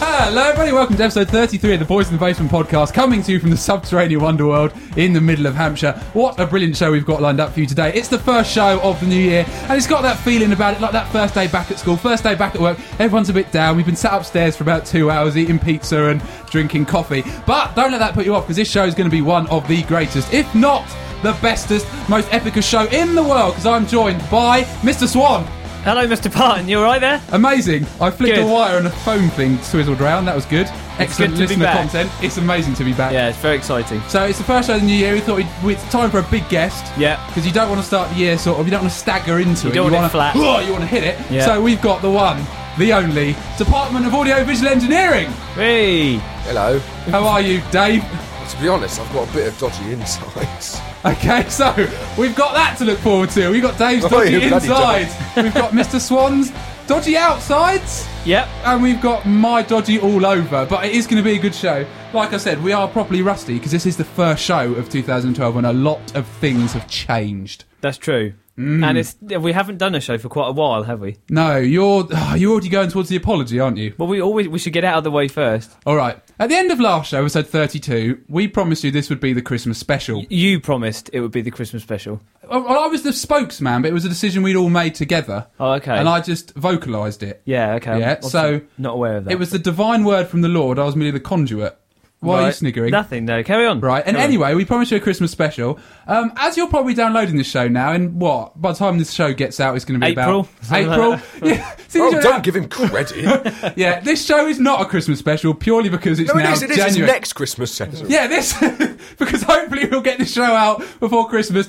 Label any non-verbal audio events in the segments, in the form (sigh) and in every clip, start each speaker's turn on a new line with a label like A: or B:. A: Hello, welcome to episode 33 of the Boys in the Basement podcast, coming to you from the subterranean underworld in the middle of Hampshire. What a brilliant show we've got lined up for you today. It's the first show of the new year, and it's got that feeling about it like that first day back at school, first day back at work. Everyone's a bit down. We've been sat upstairs for about two hours eating pizza and drinking coffee. But don't let that put you off, because this show is going to be one of the greatest, if not the bestest, most epicest show in the world, because I'm joined by Mr. Swan.
B: Hello, Mr. Parton. You all right there?
A: Amazing. I flicked a
B: Good.
A: wire and a foam thing swizzled round. That was good. Excellent
B: good to be
A: listener
B: back.
A: content. It's amazing to be back.
B: Yeah, it's very exciting.
A: So it's the first show of the new year. We thought we'd, it's time for a big guest.
B: Yeah.
A: Because you don't want to start the year sort of, you don't want to stagger into
B: You
A: it.
B: don't want it
A: wanna-
B: flat.
A: Oh, you want to hit it.
B: Yeah.
A: So we've got the one, the only, Department of Audio Visual Engineering.
B: Hey,
C: Hello.
A: How are you, Dave? (laughs)
C: To be honest, I've got a bit of dodgy (laughs) insides.
A: Okay, so we've got that to look forward to. We've got Dave's
C: Oh,
A: dodgy
C: you bloody
A: insides. We've got Mr. Swan's dodgy outsides.
B: Yep.
A: and we've got my dodgy all over but it is going to be a good show like i said we are properly rusty because this is the first show of 2012 and a lot of things have changed
B: That's true.
A: Mm.
B: And it's we haven't done a show for quite a while, have we?
A: no you're (sighs) you're already going towards the apology aren't you
B: Well, we always we should get out of the way first.
A: all right at the end of last show episode 32 we promised you this would be the christmas special
B: You promised it would be the Christmas special.
A: well i was the spokesman but it was a decision we'd all made together
B: Oh, okay.
A: and i just vocalized it
B: yeah, okay. I'm
A: Yeah,
B: obviously
A: so-
B: not aware of that.
A: it was the divine word from the lord i was merely the conduit why are you
B: Right.
A: sniggering
B: Nothing. No, carry on.
A: Right, and
B: Carry on.
A: anyway, we promised you a Christmas special. Um, as you're probably downloading this show now, and what? By the time this show gets out, it's going to be
B: April.
A: about
B: Something
A: April.
B: (laughs)
A: (laughs)
B: like
A: yeah, See,
C: Oh,
A: you know,
C: don't give him (laughs) credit. no,
A: yeah, this show is not a Christmas special purely because it's
C: it
A: now
C: is. It is. It's
A: January.
C: next Christmas session.
A: yeah, this (laughs) because hopefully we'll get this show out before Christmas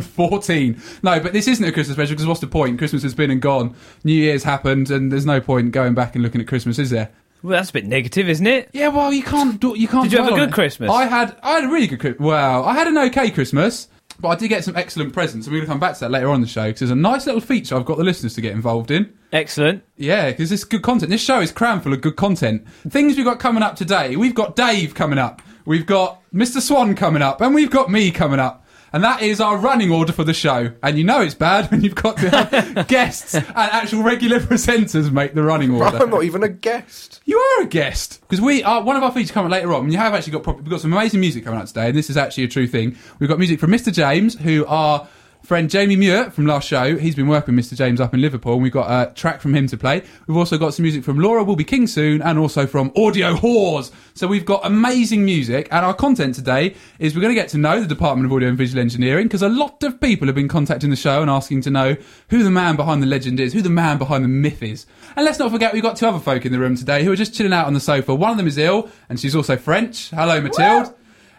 A: 2014. No, but this isn't a Christmas special because what's the point? Christmas has been and gone. New Year's happened, and there's no point going back and looking at Christmas, is there?
B: Well, that's a bit negative, isn't it?
A: Yeah, well, you can't do, you can't.
B: Did you have
A: dwell
B: a
A: on
B: good
A: it.
B: Christmas?
A: I had I had a really good Christmas. Well, I had an okay Christmas, but I did get some excellent presents, and we're going to come back to that later on in the show because there's a nice little feature I've got the listeners to get involved in.
B: Excellent.
A: Yeah, because this is good content. This show is crammed full of good content. Things we've got coming up today. We've got Dave coming up. We've got Mr. Swan coming up, and we've got me coming up. And that is our running order for the show. And you know it's bad (laughs) when you've got to have
B: (laughs)
A: guests and actual regular presenters make the running order.
C: (laughs) I'm not even a guest.
A: You are a guest because we are one of our features coming later on. And you have actually got proper, we've got some amazing music coming out today, and this is actually a true thing. We've got music from Mr. James, who our friend Jamie Muir from last show. He's been working with Mr. James up in Liverpool, and we've got a track from him to play. We've also got some music from Laura Will Be King soon, and also from Audio Whores. So we've got amazing music, and our content today is we're going to get to know the Department of Audio and Visual Engineering because a lot of people have been contacting the show and asking to know who the man behind the legend is, who the man behind the myth is. And let's not forget we've got two other folk in the room today who are just chilling out on the sofa. One of them is ill, and she's also French. Hello, Mathilde.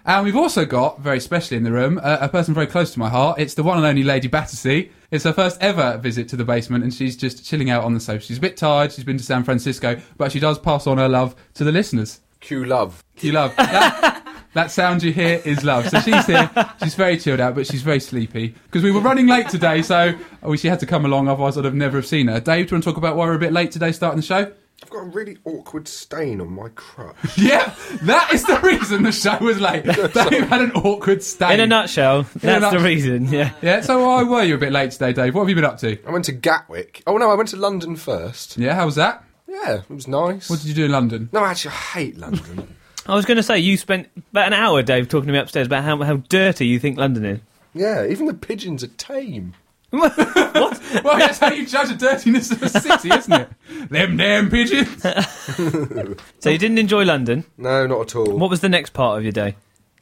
A: And we've also got, very specially in the room, a, a person very close to my heart. It's the one and only Lady Battersea. It's her first ever visit to the basement, and she's just chilling out on the sofa. She's a bit tired. She's been to San Francisco, but she does pass on her love to the listeners.
C: Q love.
A: You love that. That sound you hear is love. So she's here. She's very chilled out, but she's very sleepy because we were running late today. So oh, she had to come along, otherwise I'd have never have seen her. Dave, do you want to talk about why we're a bit late today, starting the show?
C: I've got a really awkward stain on my crutch.
A: Yeah, that is the reason the show was late. Dave had an awkward stay.
B: In a nutshell, that's
A: nut-
B: the reason. Yeah.
A: Yeah. So why were you a bit late today, Dave? What have you been up to?
C: (laughs) I went to Gatwick. Oh no, I went to London first.
A: Yeah. How was that?
C: Yeah, it was nice.
A: What did you do in London?
C: No, actually, I hate (laughs) London.
B: I was going to say you spent about an hour, Dave, talking to me upstairs about how how dirty you think London is. (laughs)
C: yeah, even the pigeons are tame.
A: Well, that's how you judge the dirtiness of a city, isn't it? Them damn pigeons.
B: So you didn't enjoy London.
C: No, not at all.
B: What was the next part of your day?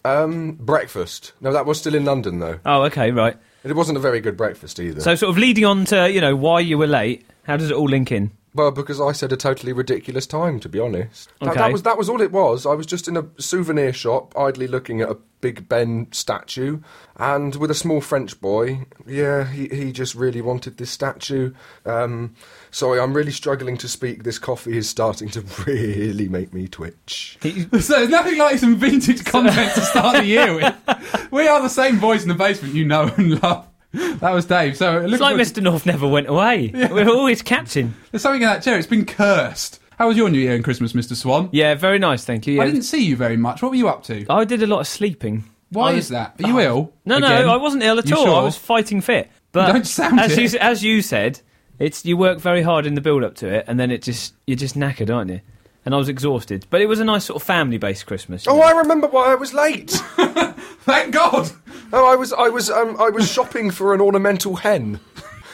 C: Um, breakfast. No, that was still in London though.
B: Oh, okay, right.
C: It wasn't a very good breakfast either.
B: So, sort of leading on to you know why you were late. How does it all link in?
C: Well, because I said a totally ridiculous time, to be honest. That, that
B: Okay.
C: was that was all it was. I was just in a souvenir shop, idly looking at a Big Ben statue, and with a small French boy. Yeah, he, he just really wanted this statue. Um, sorry, I'm really struggling to speak. This coffee is starting to (laughs) really make me twitch.
A: So there's nothing like some vintage content to start the year
B: (laughs)
A: with. We are the same boys in the basement you know and love. That was Dave. So
B: It's
A: look
B: like Mr. North never
A: (laughs)
B: went away. We're always catching.
A: there's something in that chair. It's been cursed. How was your New Year and Christmas, Mr. Swan?
B: Yeah, very nice, thank you. Yeah.
A: I didn't see you very much. What were you up to?
B: I did a lot of sleeping.
A: Why
B: I was-
A: is that? Are you ill?
B: No, no,
A: Again?
B: I wasn't ill at
A: You
B: all.
A: sure?
B: I was fighting fit. But
A: Don't sound
B: as
A: it.
B: you as you said, it's you work very hard in the build up to it, and then it just you're just knackered, aren't you? and I was exhausted. But it was a nice sort of family-based Christmas. you
C: Oh,
B: know.
C: I remember why I was late.
A: Thank God.
C: oh, I was, I was, um, I was shopping for an ornamental hen.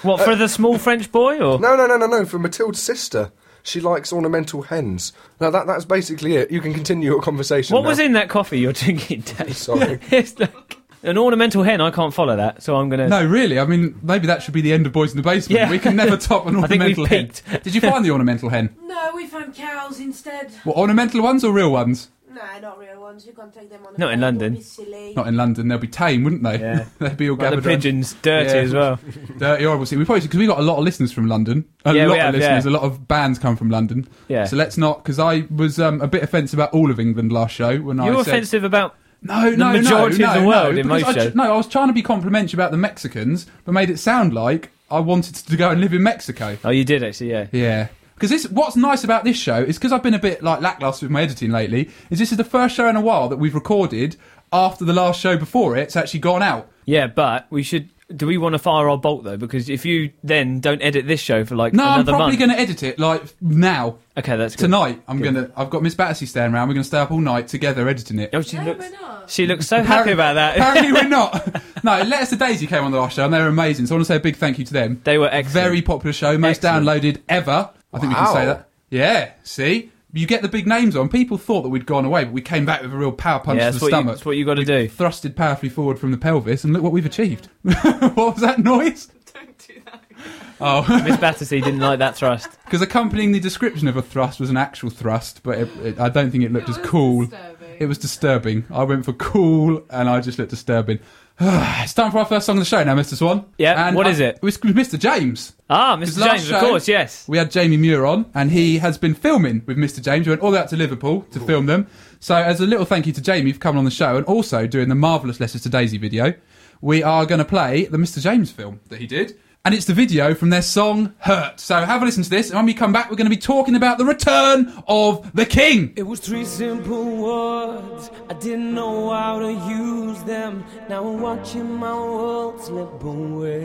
B: what for the small French boy or?
C: No, no, no, no, no. For Matilda's sister, she likes ornamental hens. Now that that's basically it. You can continue your conversation.
B: What
C: now.
B: was in that coffee you're drinking, Dave? (laughs)
C: Sorry.
B: It's like an ornamental hen. I can't follow that, so I'm gonna.
A: No, really. I mean, maybe that should be the end of Boys in the Basement.
B: Yeah.
A: We can never top an
B: (laughs) I think we've
A: ornamental hen.
B: peaked.
A: Did you find the ornamental hen?
D: No, we found cows instead.
A: What ornamental ones or real ones?
D: Nah, not real ones. You can't take them on. a
B: Not in
D: boat,
B: London.
D: it'd be Silly.
A: Not in London. They'll be tame, wouldn't they?
B: Yeah.
A: (laughs) They'd be all
B: Like the
A: gathered. around.
B: pigeons dirty
A: Yeah.
B: as (laughs) well.
A: Dirty, horrible scene. We probably because we got a lot of listeners from London. A
B: Yeah, we
A: lot
B: have,
A: of listeners.
B: yeah.
A: A lot of bands come from London.
B: Yeah.
A: So let's not because I was um, a bit offensive about all of England last show when I
B: You're
A: said
B: offensive about.
A: no, no, no,
B: majority
A: no,
B: of the
A: no,
B: world in
A: because
B: most
A: I,
B: shows.
A: No, I was trying to be complimentary about the Mexicans, but made it sound like I wanted to go and live in Mexico.
B: Oh, you did actually, yeah.
A: Yeah. Because this, what's nice about this show is because I've been a bit like lackluster with my editing lately. Is this is the first show in a while that we've recorded after the last show before it's actually gone out.
B: Yeah, but we should. Do we want to fire our bolt though? Because if you then don't edit this show for like
A: No, I'm
B: another
A: probably
B: month,
A: going to edit it like now
B: okay, that's good.
A: tonight. I'm
B: Good.
A: gonna. I've got Miss Battersea staying around. We're gonna stay up all night together editing it.
B: Oh, she
D: No,
B: looks.
D: we're not.
B: She looks so happy about that.
A: Apparently we're
B: (laughs)
A: not. No, Let Us to Daisy came on the last show and they were amazing. So I want to say a big thank you to them.
B: they were excellent.
A: Very popular show, most
B: Excellent.
A: downloaded ever. I think we can
C: Wow.
A: say that. Yeah, see? You get the big names on. People thought that we'd gone away, but we came back with a real power punch
B: yeah,
A: to
B: that's
A: the
B: what, you,
A: stomach.
B: that's what you got
A: (laughs)
B: to do.
A: Thrusted powerfully forward from the pelvis, and look what we've achieved. (laughs) what was that noise?
D: Don't do that.
A: Oh,
B: Miss Battersea didn't like that thrust.
A: because accompanying the description of a thrust was an actual thrust, but it, it, I don't think it looked
D: It
A: as
D: was
A: cool.
D: disturbing.
A: It was disturbing. I went for cool, and I just looked disturbing. (sighs) it's time for our first song of the show now, Mr. Swan.
B: Yeah,
A: and
B: what
A: I-
B: is it?
A: It was Mr. James.
B: Ah,
A: His
B: Mr.
A: last
B: James,
A: show-
B: of course, yes.
A: We had Jamie Muir on, and he has been filming with Mr. James. We went all the way out to Liverpool to film them. So, as a little thank you to Jamie for coming on the show and also doing the marvellous Letters to Daisy video, we are going to play the Mr. James film that he did. And it's the video from their song Hurt. So, have a listen to this. And when we come back, we're going to be talking about the return of the king.
E: It was three simple words. I didn't know how to use them. Now I'm watching my world slip away.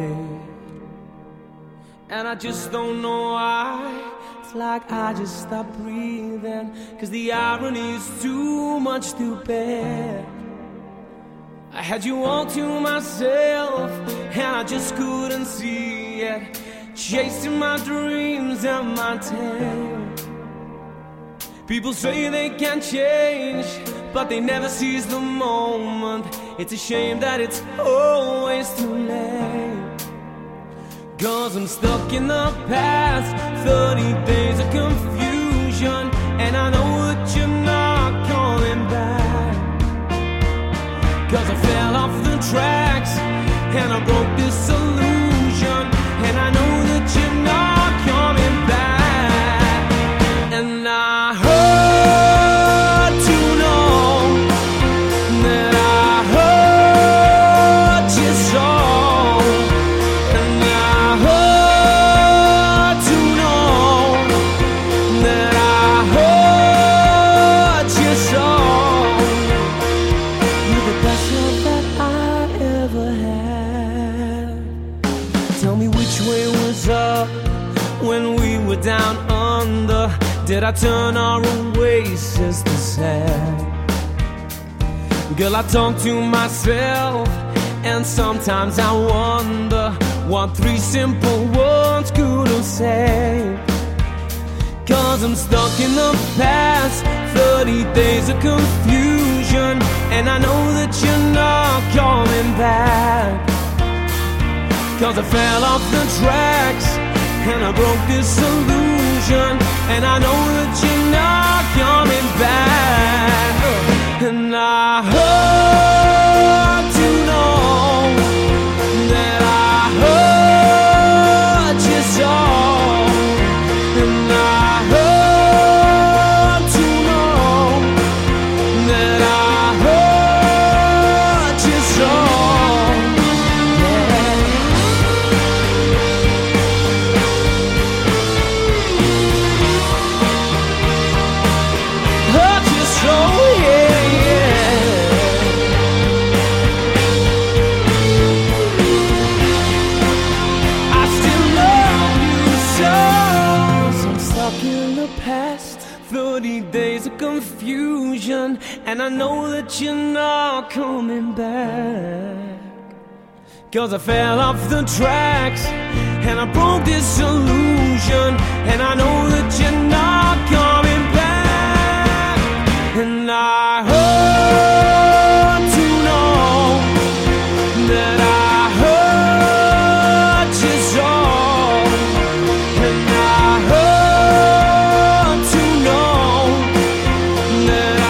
E: And I just don't know why. It's like I just stopped breathing. Cause the irony is too much to bear. I had you all to myself, and I just couldn't see it. Chasing my dreams and my tail. People say they can change, but they never seize the moment. It's a shame that it's always too late. Cause I'm stuck in the past, 30 days of confusion, and I know that you're not coming back. Cause I fell off the tracks, and I broke this illusion, and I know that you're not coming back. And I hurt to know that I hurt you so. And I hurt to know that I hurt you so. You're the best love that I ever had. Tell me which way was up when we were down under. Did I turn our oasis to sand? Girl, I talk to myself, and sometimes I wonder what three simple words could have said. Cause I'm stuck in the past, 30 days of confusion, and I know that you're not coming back. Cause I fell off the tracks And I broke this illusion And I know that you're not coming back And I hurt to know That I hurt you so And I hurt to know That I hurt you so Yeah. hurt you so, yeah, yeah. I still love you so. 'Cause I'm stuck in the past, 30 confusion, and I know that you're not coming back. Cause I fell off the tracks, and I broke this illusion, and I know that you're not coming back. And I hope to know that I hurt you so, and I hurt to know that I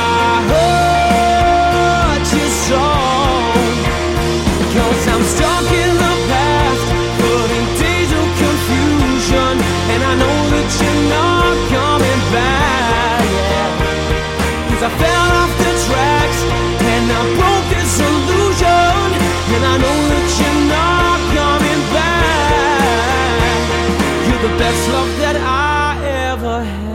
E: hurt you so. Cause I'm stuck in the past, full in days of confusion, and I know that you're not coming back. Yeah. Cause I fell off the tracks And I broke this illusion And I know that you're not coming back You're the best love that I ever had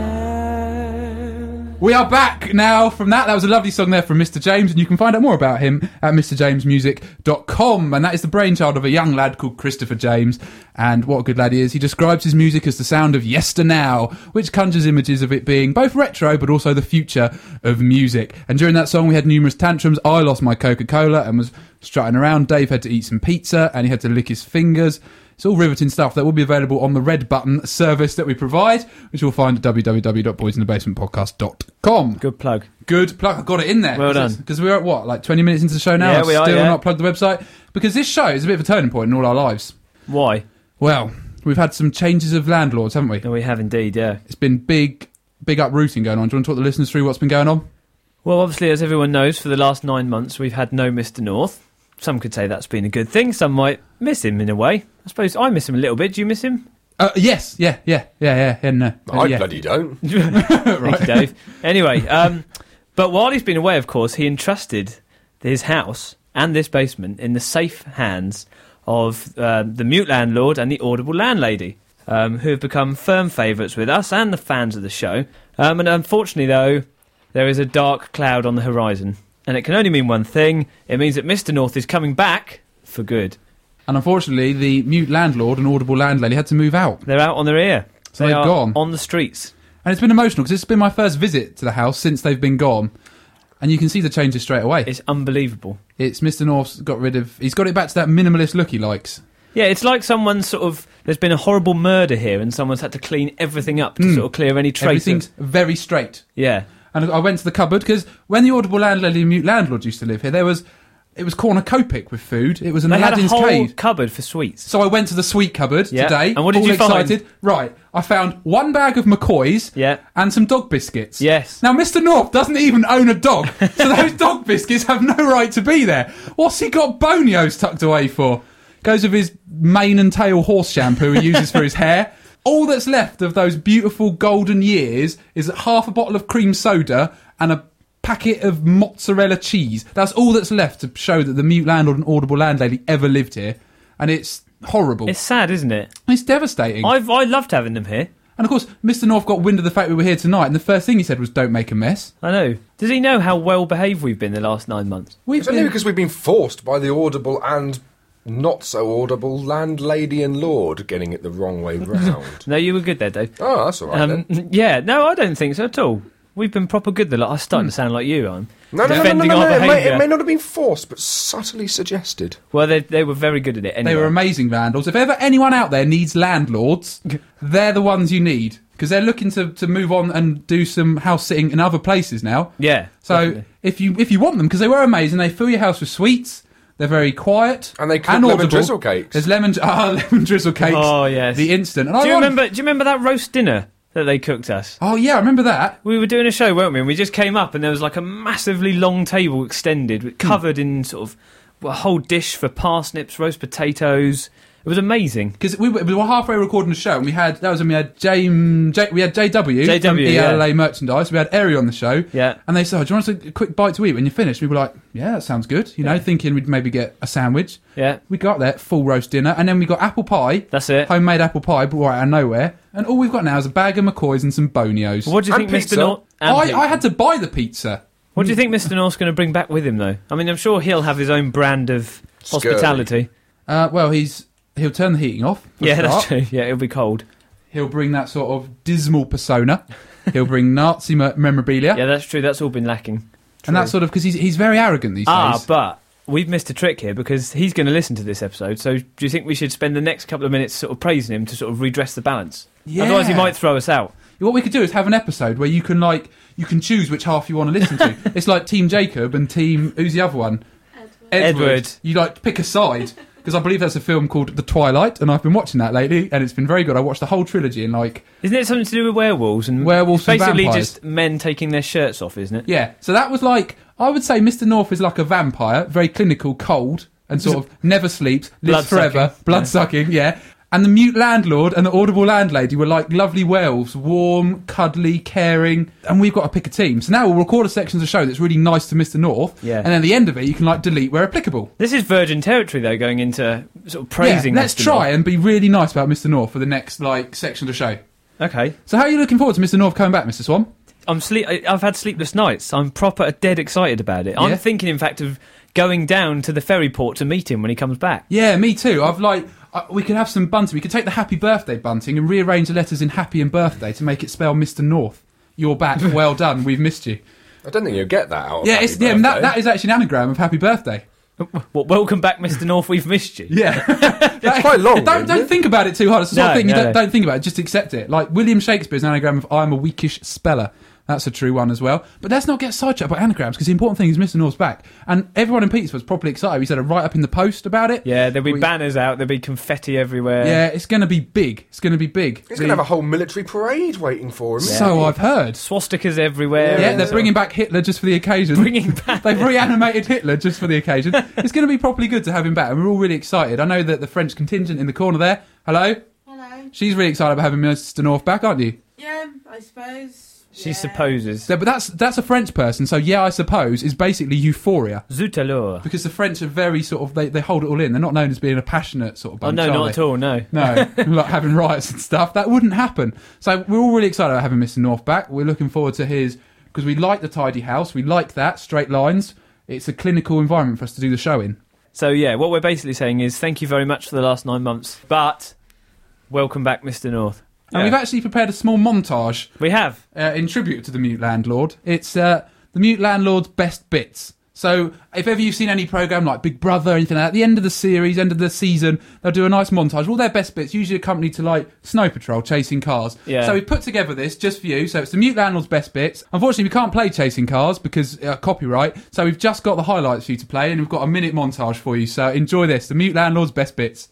A: We are back now from that. That was a lovely song there from Mr. James, and you can find out more about him at mrjamesmusic.com. And that is the brainchild of a young lad called Christopher James. And what a good lad he is. He describes his music as the sound of yester now, which conjures images of it being both retro but also the future of music. And during that song, we had numerous tantrums. I lost my Coca Cola and was strutting around. Dave had to eat some pizza and he had to lick his fingers. It's all riveting stuff that will be available on the red button service that we provide, which you'll find at www.boysinthebasementpodcast.com.
B: Good plug.
A: Good plug. I got it in there.
B: Well done.
A: Because we're at what, like 20 minutes into the show now?
B: Yeah,
A: I've
B: we are,
A: still
B: yeah.
A: not plugged the website. Because this show is a bit of a turning point in all our lives.
B: Why?
A: Well, we've had some changes of landlords, haven't we?
B: No, we have indeed, yeah.
A: It's been big, big uprooting going on. Do you want to talk the listeners through what's been going on?
B: Well, obviously, as everyone knows, for the last nine months, we've had no Mr. North. Some could say that's been a good thing. Some might miss him in a way. I suppose I miss him a little bit. Do you miss him?
A: Uh, yes, yeah, yeah, yeah, yeah, yeah, no. Uh,
C: I
A: yeah.
C: bloody
A: (laughs)
C: don't.
B: Thank you, Dave. Anyway, um, but while he's been away, of course, he entrusted his house and this basement in the safe hands of uh, the mute landlord and the audible landlady, um, who have become firm favourites with us and the fans of the show. Um, and unfortunately, though, there is a dark cloud on the horizon, and it can only mean one thing: it means that Mister North is coming back for good.
A: And unfortunately, the mute landlord and audible landlady had to move out.
B: They're out on their ear.
A: So
B: they
A: they've
B: are
A: gone.
B: on the streets.
A: And it's been emotional because it's been my first visit to the house since they've been gone. And you can see the changes straight away. It's,
B: It's unbelievable.
A: Mr. North's got rid of. He's got it back to that minimalist look he likes.
B: Yeah, it's like someone's sort of. There's been a horrible murder here, and someone's had to clean everything up to sort of clear any trace.
A: Hmm. Everything's
B: Of,
A: very straight.
B: yeah,
A: And I went to the cupboard because when the audible landlady and mute landlord used to live here, there was it was cornucopic with food. It was an
B: they had a
A: Aladdin's
B: whole
A: cave.
B: cupboard for sweets.
A: So I went to the sweet cupboard
B: Yeah.
A: today.
B: And what did
A: all
B: you find?
A: excited. Right, I found one bag of McCoy's
B: Yeah.
A: and some dog biscuits.
B: Yes.
A: Now, Mr. North doesn't even own a dog, so those (laughs) dog biscuits have no right to be there. What's he got bonios tucked away for? Goes with his mane and tail horse shampoo he uses for his hair. All that's left of those beautiful golden years is half a bottle of cream soda and a packet of mozzarella cheese. That's all that's left to show that the mute landlord and audible landlady ever lived here. And it's horrible.
B: It's
A: It's,
B: sad, isn't it?
A: devastating.
B: I've I loved having them here.
A: and of course, Mr. North got wind of the fact we were here tonight, and the first thing he said was, Don't make a mess.
B: I know. Does he know how well behaved we've been the last nine months?
A: We've
C: It's only because we've been forced by the audible and not so audible landlady and lord getting it the
A: (laughs)
C: wrong way round.
B: No, you were good there, Dave.
C: oh, that's all right
B: Um, (laughs)
C: then.
B: yeah, no, I don't think so at all. We've been proper good. The lot. I'm
A: Hmm.
B: starting to sound like you. I'm
C: No, no, no, no, no,
B: defending
C: no,
B: our
C: It, may,
B: behaviour.
C: it may not have been forced, but subtly suggested.
B: Well, they they were very good at it. Anyway.
A: They were amazing landlords. If ever anyone out there needs
B: (laughs)
A: landlords, they're the ones you need because they're looking to, to move on and do some house sitting in other places now.
B: Yeah.
A: So
B: definitely.
A: if you if you want them, because they were amazing, they fill your house with sweets. They're very quiet
C: And they cook lemon drizzle cakes.
A: There's lemon, (laughs) ah, lemon drizzle cakes.
B: Oh, yes.
A: the instant. And I
B: do you
A: want-
B: remember? Do you remember that roast dinner that they cooked us?
A: Oh yeah, I remember that.
B: We were doing a show, weren't we? And we just came up, and there was like a massively long table extended, with- covered in sort of a whole dish for parsnips, roast potatoes. It was amazing.
A: because we, were- we were halfway recording the show and we had that was when we had James J, we had JW,
B: JW,
A: from
B: yeah.
A: ELA merchandise we had Eri on the show
B: Yeah.
A: and they said oh, do you want us a quick bite to eat when you're finished we were like yeah that sounds good you know
B: Yeah.
A: thinking we'd maybe get a sandwich
B: Yeah.
A: we got there full roast dinner and then we got apple pie
B: That's it.
A: homemade apple pie but right out of nowhere and all we've got now is a bag of McCoy's and some bonios
B: What do you
C: And
B: think,
C: pizza.
B: Mr. North? and
A: I,
B: pizza.
A: I had to buy the pizza
B: What do you think Mr. North's going to bring back with him, though? I mean, I'm sure he'll have his own brand of
C: Scurvy.
B: hospitality.
A: uh, well he's he'll turn the heating off for a
B: Yeah, that's
A: start.
B: true. Yeah, it'll be cold.
A: he'll bring that sort of dismal persona He'll bring Nazi me- memorabilia.
B: (laughs) Yeah, that's true. That's all been lacking.
A: and that's sort of because he's, he's very arrogant these
B: Ah,
A: days.
B: but we've missed a trick here because he's going to listen to this episode. So do you think we should spend the next couple of minutes sort of praising him to sort of redress the balance?
A: Yeah.
B: Otherwise, he might throw us out.
A: What we could do is have an episode where you can like you can choose which half you want to listen to. it's like Team Jacob and Team who's the other one?
B: Edward.
A: You like pick a side because I believe that's a film called The Twilight, and I've been watching that lately, and it's been very good. I watched the whole trilogy in like
B: Isn't it something to do with werewolves and
A: Werewolves
B: it's
A: and
B: Basically,
A: vampires.
B: just men taking their shirts off, isn't it?
A: yeah. So that was like I would say Mr. North is like a vampire, very clinical, cold, and sort of never sleeps, lives
B: Blood-sucking.
A: forever, blood sucking, yeah. And the mute landlord and the audible landlady were like lovely werewolves, warm, cuddly, caring. And we've got to pick a team. So now we'll record a section of the show that's really nice to Mr. North.
B: Yeah.
A: And at the end of it, you can like delete where applicable.
B: This is virgin territory, though, going into sort of praising.
A: Yeah, let's
B: Mr.
A: try and be really nice about Mr. North for the next like section of the show.
B: North. Okay.
A: So how are you looking forward to Mr. North coming back, Mr. Swan?
B: I'm sleep. I- I've had sleepless nights. I'm proper dead excited about it.
A: Yeah?
B: I'm thinking, in fact, of going down to the ferry port to meet him when he comes back.
A: Yeah, me too. I've like I, we could have some bunting. We could take the happy birthday bunting and rearrange the letters in happy and birthday to make it spell Mr. North. You're
B: (laughs)
A: back. Well done. We've missed you.
C: I don't think you'll get that out. Of
A: Yeah,
C: Happy
A: it's, yeah. That,
C: Birthday.
A: that is actually an anagram of happy birthday.
B: Well, welcome back, Mr. North. We've missed you.
A: (laughs) Yeah,
C: It's quite long.
A: don't
C: isn't
A: don't
C: it?
A: think about it too hard. It's the sort of
B: No,
A: thing you
B: no,
A: don't,
B: no.
A: don't think about. It. Just accept it. Like William Shakespeare's an anagram of "I'm a weakish speller." That's a true one as well. But let's not get sidetracked by anagrams because the important thing is Mr. North's back, and everyone in Petersfield's properly excited. We said a write up in the post about it.
B: Yeah, there'll be
A: We-
B: banners out. There'll be confetti everywhere.
A: Yeah, it's going to be big. It's going to be big. The-
C: He's going to have a whole military parade waiting for him.
A: So I've heard.
B: swastikas everywhere.
A: Yeah,
C: Yeah.
A: they're bringing back Hitler just for the occasion. (laughs)
B: Bringing back-
A: They've reanimated Hitler just for the occasion. it's going to be properly good to have him back, and we're all really excited. I know that the French contingent in the corner there. Hello,
D: Hello.
A: she's really excited about having Mr. North back, aren't you?
D: Yeah, I suppose.
B: She
D: yeah.
B: supposes.
A: So, but that's that's a French person, so yeah, I suppose is basically euphoria
B: Zut alors.
A: because the French are very sort of they, they hold it all in. They're not known as being a passionate sort of
B: Oh
A: bunch.
B: no,
A: are
B: not
A: they?
B: at all. No.
A: No, like having riots and stuff. That wouldn't happen. So we're all really excited about having Mr. North back. We're looking forward to his because we like the tidy house. We like that straight lines. It's a clinical environment for us to do the show in.
B: So yeah, what we're basically saying is thank you very much for the last nine months, but welcome back, Mr. North.
A: And
B: Yeah.
A: we've actually prepared a small montage
B: We have.
A: uh, in tribute to the mute landlord. It's uh, the mute landlord's best bits. So if ever you've seen any program like Big Brother, or anything like that, at the end of the series, end of the season, they'll do a nice montage of all their best bits, usually accompanied to like Snow Patrol, chasing cars.
B: Yeah.
A: So we put together this just for you. So it's the mute landlord's best bits. Unfortunately, we can't play chasing cars because uh, copyright. So we've just got the highlights for you to play, and we've got a minute montage for you. So enjoy this: the mute landlord's best bits.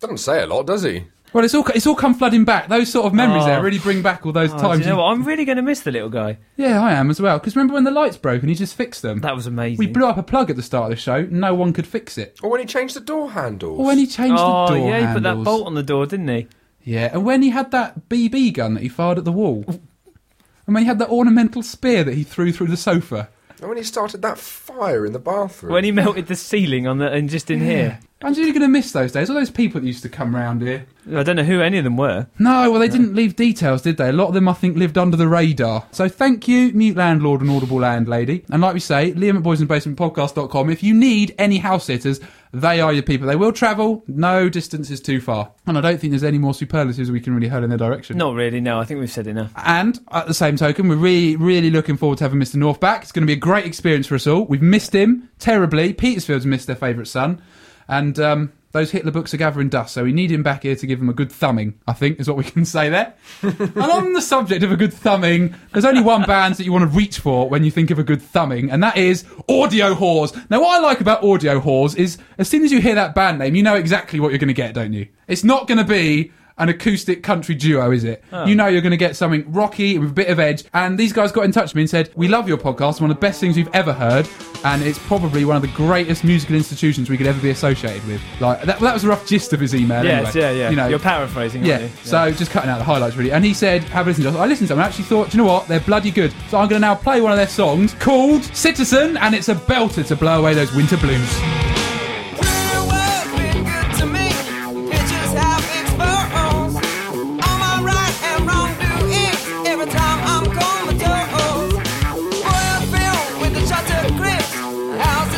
C: Doesn't say a lot, does he?
A: Well, it's all it's all come flooding back. Those sort of memories
B: Oh.
A: there really bring back all those
B: Oh, do
A: times.
B: you know
A: you-
B: what? I'm really going to miss the little guy.
A: Yeah, I am as well. Because remember when the lights broke and he just fixed them?
B: That was amazing.
A: we blew up a plug at the start of the show. No one could fix it.
C: Or when he changed the door handles.
A: Or when he changed
B: oh
A: the door
B: yeah, he put that
A: handles.
B: bolt on the door, didn't he?
A: Yeah, and when he had that BB gun that he fired at the wall, and when he had that ornamental spear that he threw through the sofa.
C: And when he started that fire in the bathroom.
B: When he melted the ceiling on the and just in here.
A: I'm really going to miss those days. All those people that used to come round here.
B: I don't know who any of them were.
A: No, well, they didn't leave details, did they? A lot of them, I think, lived under the radar. So thank you, Mute Landlord and Audible Landlady. And like we say, Liam at boysinbasementpodcast.com. If you need any house sitters, they are your people. They will travel. No distance is too far. And I don't think there's any more superlatives we can really hurl in their direction.
B: Not really. No, I think we've said enough.
A: And at the same token, we're really, really looking forward to having Mr. North back. It's going to be a great experience for us all. We've missed him terribly. Petersfield's missed their favourite son. And um, those Hitler books are gathering dust, so we need him back here to give him a good thumbing, I think, is what we can (laughs) say there. and on the subject of a good thumbing, there's only one band that you want to reach for when you think of a good thumbing, and that is Audio Whores. Now, what I like about Audio Whores is as soon as you hear that band name, you know exactly what you're going to get, don't you? It's not going to be an acoustic country duo, is it?
B: Oh.
A: You know you're going to get something rocky with a bit of edge. And these guys got in touch with me and said, We love your podcast, one of the best things we've ever heard. And it's probably one of the greatest musical institutions we could ever be associated with. Like that, that was the rough gist of his email.
B: Yes,
A: anyway.
B: yeah, yeah.
A: You know,
B: You're paraphrasing,
A: yeah.
B: aren't you?
A: So just cutting out the highlights really. And he said, "Have a listen to us." I listened to them and actually thought, "Do you know what? They're bloody good." So I'm going to now play one of their songs called "Citizen," and it's a belter to blow away those winter blues.
F: Every time I'm comatose, oil filled with the shutter grips. How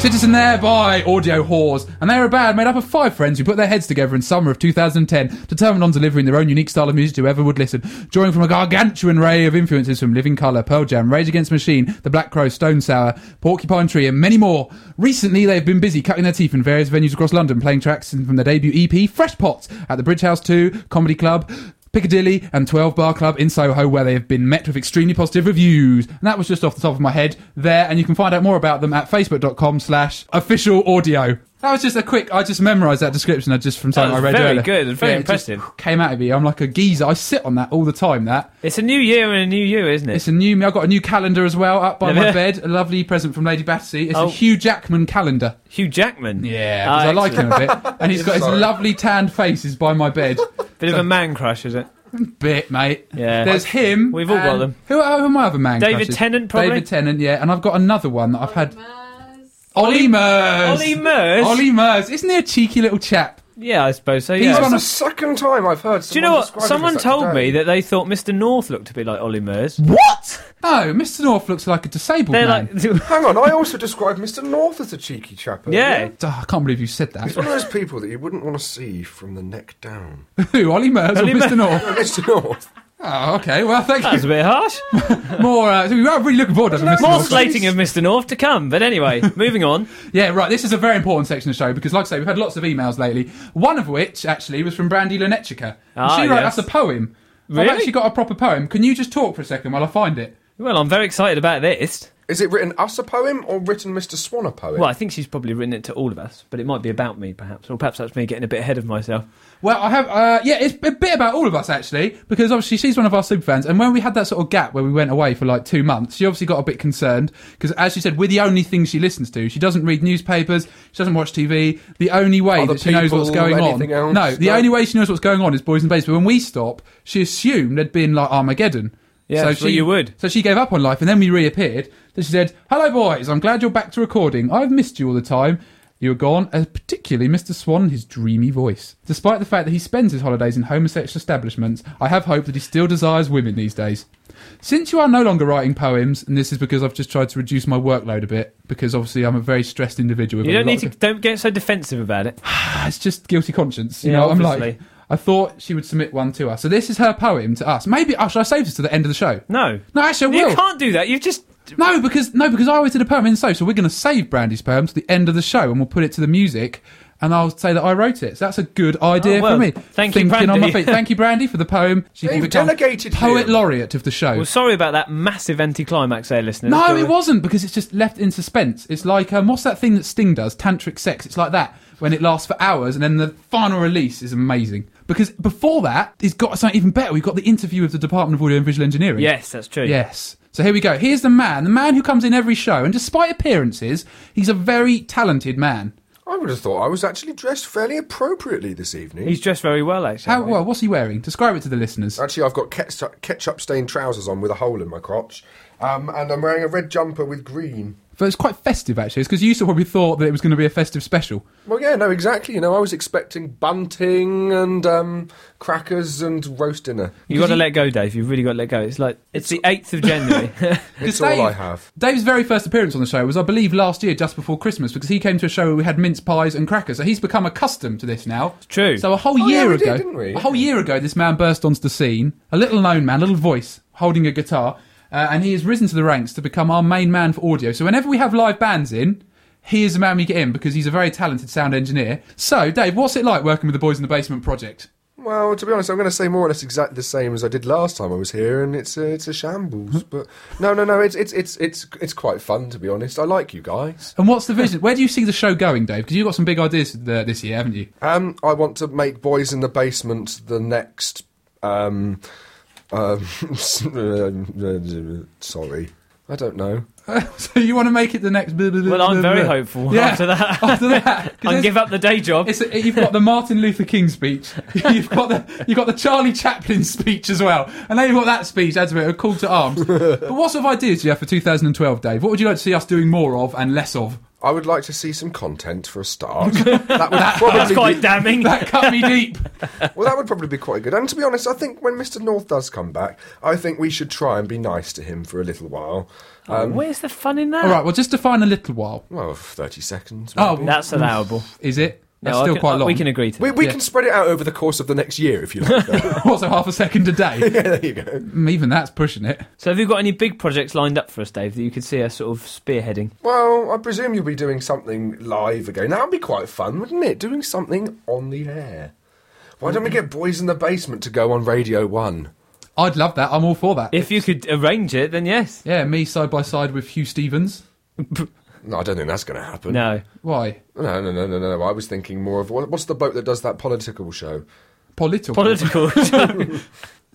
A: Citizen there by Audio Whores, and they are a band made up of five friends who put their heads together in summer of 2010, determined on delivering their own unique style of music to whoever would listen, drawing from a gargantuan array of influences from Living Colour, Pearl Jam, Rage Against the Machine, The Black Crow, Stone Sour, Porcupine Tree, and many more. Recently, they've been busy cutting their teeth in various venues across London, playing tracks from their debut EP, Fresh Pots, at the Bridge House 2 Comedy Club, Piccadilly and 12 Bar Club in Soho, where they have been met with extremely positive reviews. And that was just off the top of my head there, and you can find out more about them at facebook.com slash official audio. That was just a quick, I just memorised that description I just from something
B: was
A: I read
B: very
A: earlier.
B: good and very
A: Yeah, it just
B: impressive.
A: Came out of me. I'm like a geezer. I sit on that all the time, that.
B: It's a new year and a new you, isn't it?
A: It's a new, I've got a new calendar as well up by
B: Have (laughs)
A: my
B: you?
A: bed. A lovely present from Lady Battersea. It's
B: Oh.
A: a Hugh Jackman calendar.
B: Hugh Jackman.
A: Yeah,
B: Ah,
A: because I like him a bit. And
B: (laughs)
A: he's got his
C: Sorry.
A: lovely tanned face is by my bed.
B: Bit of a man crush, is it?
A: bit, mate.
B: Yeah.
A: There's him.
B: We've all got
A: and-
B: them.
A: Who, who are my other man?
B: David
A: crushes?
B: Tennant, probably?
A: David Tennant, yeah. And I've got another one that I've had.
D: Maz.
A: Ollie Murs.
B: Ollie Murs.
A: Ollie Murs. Isn't he a cheeky little chap?
B: Yeah, I suppose so.
A: He's
B: yeah.
A: one
C: That's
A: of-
C: the second time I've heard.
B: Do you know what?
C: describe him
B: Someone
C: as
B: told
C: today.
B: me that they thought Mr. North looked a bit like Ollie Murs.
A: What? No, Mr. North looks like a disabled
B: They're
A: man.
B: like, (laughs) yeah.
C: Hang on, I also described Mr. North as a cheeky chap. earlier.
A: Duh, I can't believe you said
C: He's
A: that.
C: one of those people that you wouldn't want to see from the neck down.
A: (laughs) Who? Ollie Murs or
B: Ollie
A: Mr. North?
C: Mr. North.
A: Oh, okay. Well, thank
B: (laughs) That's a
A: you.
B: bit harsh.
A: More. Uh, we are really looking forward to having Mr.
B: More
A: North.
B: slating of Mr. North to come.
A: (laughs)
B: But anyway, moving on.
A: Yeah, right. This is a very important section of the show because, like I say, we've had lots of emails lately. One of which actually was from Brandy Lunetchka. And
B: Ah,
A: she wrote
B: yes.
A: us a poem.
B: Really?
A: I've actually got a proper poem. Can you just talk for a second while I find it?
B: Well, I'm very excited about this.
C: Is it written us a poem or written Mr. Swan a poem?
B: Well, I think she's probably written it to all of us, but it might be about me, perhaps. Or perhaps that's me getting a bit ahead of myself.
A: Well, I have. Uh, yeah, it's a bit about all of us actually, because obviously she's one of our super fans. And when we had that sort of gap where we went away for like two months, she obviously got a bit concerned because, as she said, we're the only thing she listens to. She doesn't read newspapers. She doesn't watch TV. The only way
C: Other
A: that she knows what's
C: people,
A: going on.
C: anything else?
A: no, the
C: No.
A: only way she knows what's going on is Boys and Bass. But when we stop, she assumed there'd been like Armageddon.
B: Yeah, so you would.
A: So she gave up on life, and then we reappeared. So she said, "Hello, boys. I'm glad you're back to recording. I've missed you all the time. You were gone, and particularly Mr. Swan and his dreamy voice. Despite the fact that he spends his holidays in homosexual establishments, I have hope that he still desires women these days. Since you are no longer writing poems, and this is because I've just tried to reduce my workload a bit, because obviously I'm a very stressed individual. with
B: You
A: a
B: don't
A: lot
B: need to.
A: of-
B: Don't get so defensive about it.
A: Ah, (laughs) it's just guilty conscience. You
B: Yeah,
A: know, I'm like,
B: obviously.
A: I thought she would submit one to us. So this is her poem to us. Maybe oh, should I save this to the end of the show?
B: No.
A: No, actually, I
B: You
A: will.
B: can't do that. You've just.
A: No, because no, because I always did a poem in so. So we're going to save Brandy's poem to the end of the show, and we'll put it to the music, and I'll say that I wrote it. So that's a good idea
B: Oh, well,
A: for me.
B: thank you,
A: Thinking on my
B: Brandy.
A: feet.
B: (laughs)
A: Thank you, Brandy, for the poem. She
C: They've
A: become
C: delegated
A: poet
C: you.
A: laureate of the show.
B: Well, sorry about that massive anticlimax there, listeners.
A: no,
B: But-
A: it wasn't because it's just left in suspense. It's like um, what's that thing that Sting does? Tantric sex. It's like that when it lasts for hours, and then the final release is amazing. Because before that, he's got something even better. We've got the interview with the Department of Audio and Visual Engineering.
B: Yes, that's true.
A: Yes. So here we go. Here's the man, the man who comes in every show, and despite appearances, he's a very talented man.
C: I would have thought I was actually dressed fairly appropriately this evening.
B: He's dressed very well, actually.
A: How, well, what's he wearing? Describe it to the listeners.
C: Actually, I've got ketchup, ketchup stained trousers on with a hole in my crotch, um, and I'm wearing a red jumper with green.
A: But it's quite festive, actually. It's because you sort of probably thought that it was going to be a festive special.
C: Well, yeah, no, exactly. You know, I was expecting bunting and um, crackers and roast dinner.
B: you got to let go, Dave. You've really got to let go. It's like. It's the 8th
A: (laughs)
B: of January.
C: It's
A: Dave-
C: all I have.
A: Dave's very first appearance on the show was, I believe, last year, just before Christmas, because he came to a show where we had mince pies and crackers. So he's become accustomed to this now.
B: true.
A: So a whole
C: Oh, yeah,
A: year
C: we did,
A: ago,
C: didn't we?
A: a whole year ago, this man burst onto the scene. A little known man, little voice, holding a guitar, uh, and he has risen to the ranks to become our main man for audio. So whenever we have live bands in. He is the man we get in because he's a very talented sound engineer. So, Dave, what's it like working with the Boys in the Basement project?
C: Well, to be honest, I'm going to say more or less exactly the same as I did last time I was here, and it's a, it's a
B: Hmm.
C: shambles. but no, no, no, it's it's it's it's it's quite fun to be honest. I like you guys.
A: And what's the vision? Where do you see the show going, Dave? Because you've got some big ideas th- this year, haven't you?
C: Um, I want to make Boys in the Basement the next. Um, um, (laughs) sorry, I don't know.
A: (laughs) so you want to make it the next?
B: well, I'm very hopeful
A: Yeah.
B: after
A: (laughs)
B: that.
A: After that, 'Cause
B: I'll
A: there's-
B: give up the day job.
A: It's a, you've got the Martin Luther King
B: (laughs)
A: speech. You've got the you've got the Charlie Chaplin speech as well, and then you've got that speech adds a bit of a call to arms. but what sort of ideas do you have for 2012, Dave? What would you like to see us doing more of and less of?
C: I would like to see some content for
B: (laughs)
C: a start. that would probably
B: That's quite
C: be,
B: damning.
A: That cut me
B: (laughs)
A: deep.
C: well, that would probably be quite good. And to be honest, I think when Mr. North does come back, I think we should try and be nice to him for a little while.
A: Um,
B: Where's the fun in that?
A: All right, well, just define a little while.
C: Well, thirty seconds.
A: Oh,
C: maybe.
B: That's allowable.
A: Is it? That's
B: No, I
A: still
B: can- uh,
A: quite long.
B: We
A: (laughs)
B: can agree to
C: we
B: that.
C: we
A: yeah.
C: can spread it out over the course of the next year if
A: (laughs)
C: you like. (laughs) though.
A: also half a second a day.
C: (laughs) yeah, there you go.
A: Mm, Even that's pushing it.
B: So have you got any big projects lined up for us, Dave, that you could see us sort of spearheading?
C: Well, I presume you'll be doing something live again. That would be quite fun, wouldn't it? Doing something on the air. Why don't we get Boys in the Basement to go on Radio One?
A: I'd love that. I'm all for that.
B: If you could arrange it, then yes.
A: yeah, me side by side with Hugh Stevens.
C: No, I don't think that's going to happen.
B: No.
A: Why?
C: no, no, no, no, no. I was thinking more of what, what's the boat that does that political show?
A: Political. (laughs)
B: Political.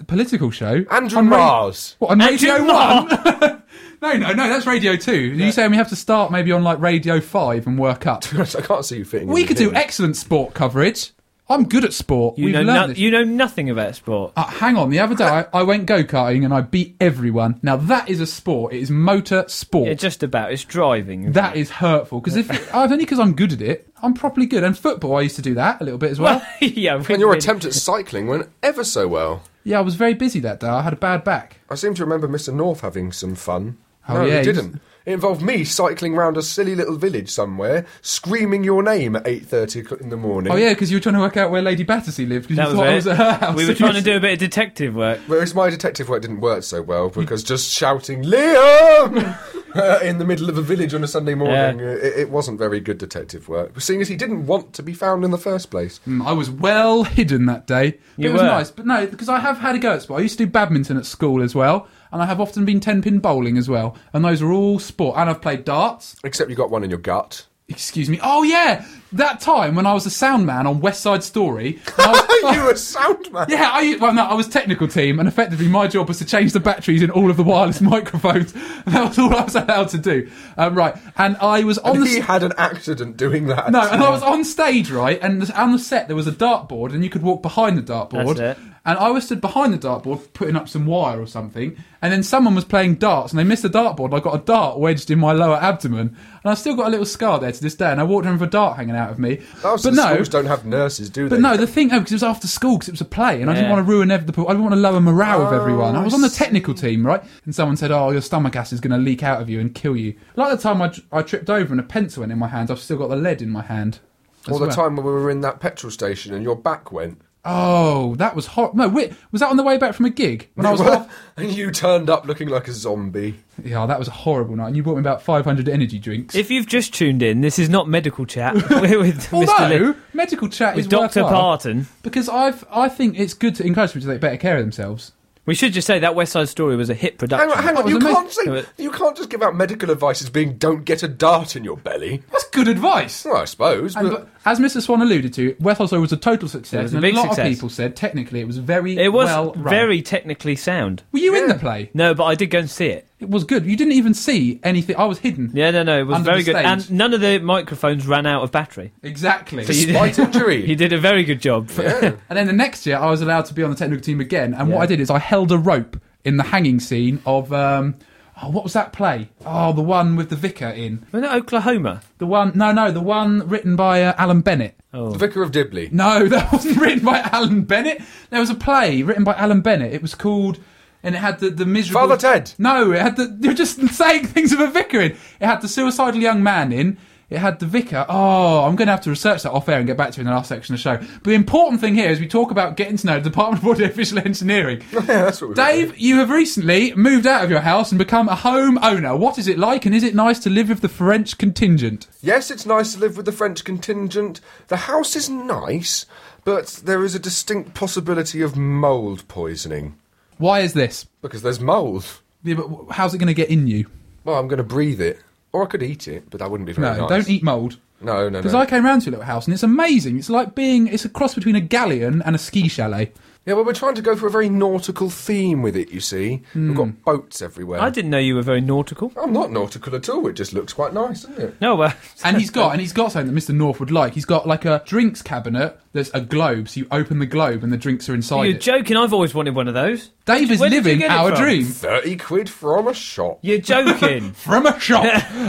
A: political show.
C: Andrew
A: On ra-
C: Mars.
A: What on
B: Andrew
A: Radio
B: Marr.
A: One? (laughs) no, no, no. That's Radio Two. You saying we have to start maybe on like Radio Five and work
B: (laughs)
A: up?
C: (laughs) I can't see you fitting.
A: we
C: in
A: could
C: here.
A: do excellent sport coverage. I'm good at sport.
B: you,
A: We've
B: know
A: learned
B: no-
A: this.
B: you know nothing about sport.
A: Uh, hang on, the other day I, I went go karting and I beat everyone. Now that is a sport. It is motor sport.
B: Yeah, just about. It's driving.
A: That is hurtful because
B: (laughs)
A: if I've only because I'm good at it, I'm properly good. And football, I used to do that a little bit as well.
B: Well, (laughs) yeah. we-
C: And your
B: we-
C: attempt at cycling went ever so well.
A: yeah, I was very busy that day. I had a bad back.
C: I seem to remember Mr. North having some fun.
A: Oh,
C: no,
A: yeah,
C: he
A: he was-
C: didn't. It involved me cycling round a silly little village somewhere, screaming your name at eight thirty in the morning.
A: Oh yeah, because you were trying to work out where Lady Battersea lived because
B: That
A: you thought I
B: was
A: was at
B: it.
A: her house.
B: We were
A: (laughs)
B: trying to do a bit of detective work.
C: Whereas my detective work didn't work so well because just shouting Liam (laughs) uh, in the middle of a village on a Sunday morning, uh, it, it wasn't very good detective work. Seeing as he didn't want to be found in the first place.
A: Mm, I was well hidden that day. But
B: You
A: it was
B: were.
A: nice, but no, because I have had a go at sport. I used to do badminton at school as well, and I have often been ten pin bowling as well, and those are all sport. And I've played darts.
C: Except you got one in your gut. (laughs)
A: Excuse me. Oh yeah, that time when I was a sound man on West Side Story. and I
B: (laughs)
A: was-
C: you a sound man.
A: Yeah, I, well, no, I was technical team, and effectively my job was to change the batteries in all of the wireless (laughs) microphones. That was all I was allowed to do. Um, right, and I was on
C: And
A: the
C: he
A: s-
C: had an accident doing that.
A: no, and I was on stage right, and this- on the set there was a dartboard, and you could walk behind the dartboard.
B: That's it.
A: And I was stood behind the dartboard, putting up some wire or something, and then someone was playing darts, and they missed the dartboard, and I got a dart wedged in my lower abdomen, and I still got a little scar there to this day. And I walked around with a dart hanging out of me.
C: Oh, so
A: but
C: the
A: no,
C: schools don't have nurses, do they?
A: but no, the thing, oh, because it was after school, because it was a play, and I didn't
B: Yeah.
A: want to ruin ev- the. I didn't want to lower morale of
C: Oh,
A: everyone. I was
C: I
A: on the
C: see.
A: technical team, right? And someone said, "Oh, your stomach acid is going to leak out of you and kill you." Like the time I, I tripped over and a pencil went in my hand. I've still got the lead in my hand. as
C: All the
A: well.
C: time when we were in that petrol station and your back went.
A: Oh, that was hot. No, wait, was that on the way back from a gig when I
C: (laughs)
A: was? off?
C: and you turned up looking like a zombie.
A: Yeah, that was a horrible night. And you bought me about five hundred energy drinks.
B: If you've just tuned in, this is not medical chat. (laughs) We're with Mr.
A: Although
B: Lee,
A: medical chat is
B: with Dr.
A: worthwhile,
B: Parton.
A: because I've I think it's good to encourage people to take better care of themselves.
B: We should just say that West Side Story was a hit
C: Hang
B: production.
C: on, hang
A: That
C: on.
A: was
C: You
A: amazing.
C: can't,
B: Yeah,
C: say, you can't just give out medical advice as being don't get a dart in your belly.
A: That's good advice.
C: Well, I suppose,
A: And
C: but
A: but as Mr. Swan alluded to, West Hall Story was a total
B: It
A: success,
B: was a
A: and a
B: big
A: lot of
B: success.
A: people said technically it was very
B: It was
A: well run.
B: very technically sound.
A: Were you in
C: Yeah.
A: the play?
B: No, but I did go and see it.
A: It was good. You didn't even see anything. I was hidden.
B: Yeah, no, no, it was
A: Under
B: very
A: the
B: good.
A: stage.
B: And none of the microphones ran out of battery.
A: Exactly.
B: you-
C: despite
B: (laughs)
C: injury.
B: He did a very good job. (laughs)
A: and then the next year, I was allowed to be on the technical team again. And
B: Yeah.
A: what I did is I held a rope in the hanging scene of um, oh, what was that play? Oh, the one with the vicar in.
B: Wasn't it Oklahoma?
A: The one? No, no, the one written by uh, Alan Bennett.
C: The Vicar of Dibley.
A: No, (laughs) that wasn't written by Alan Bennett. There was a play written by Alan Bennett. It was called, and it had the, the miserable.
C: Father Ted.
A: No, it had the. (laughs) You're just saying things of a vicar in. It had the suicidal young man in. It had the vicar. Oh, I'm going to have to research that off air and get back to you in the last section of the show. But the important thing here is we talk about getting to know the Department of (laughs) Artificial
C: (laughs)
A: Engineering.
C: Yeah, (laughs) that's what we
A: Dave, you have recently moved out of your house and become a home owner. What is it like, and is it nice to live with the French contingent?
C: Yes, it's nice to live with the French contingent. The house is nice, but there is a distinct possibility of mould poisoning
A: Why is this?
C: because there's mould.
A: Yeah, but how's it going to get in you?
C: Well, I'm going to breathe it, or I could eat it, but that wouldn't be
A: No,
C: very nice.
A: don't eat mould.
C: No, no,
A: Because
C: no.
A: I came round to your little house and it's amazing. It's like being it's a cross between a galleon and a ski chalet.
C: Yeah, well, we're trying to go for a very nautical theme with it, you see. We've got boats everywhere.
B: Hmm. I didn't know you were very nautical.
C: I'm not nautical at all. It just looks quite nice, doesn't it?
B: No, well,
A: And he's got and he's got something that Mr. North would like. He's got like a drinks cabinet that's a globe, so you open the globe and the drinks are inside
B: you're
A: it.
B: joking. I've always wanted one of those.
A: Dave is
B: Where did you
A: living
B: get it
A: our
B: from?
A: dream
C: 30 quid from a shop.
A: (laughs)
B: You're joking.
A: from a
B: (laughs)
A: shop.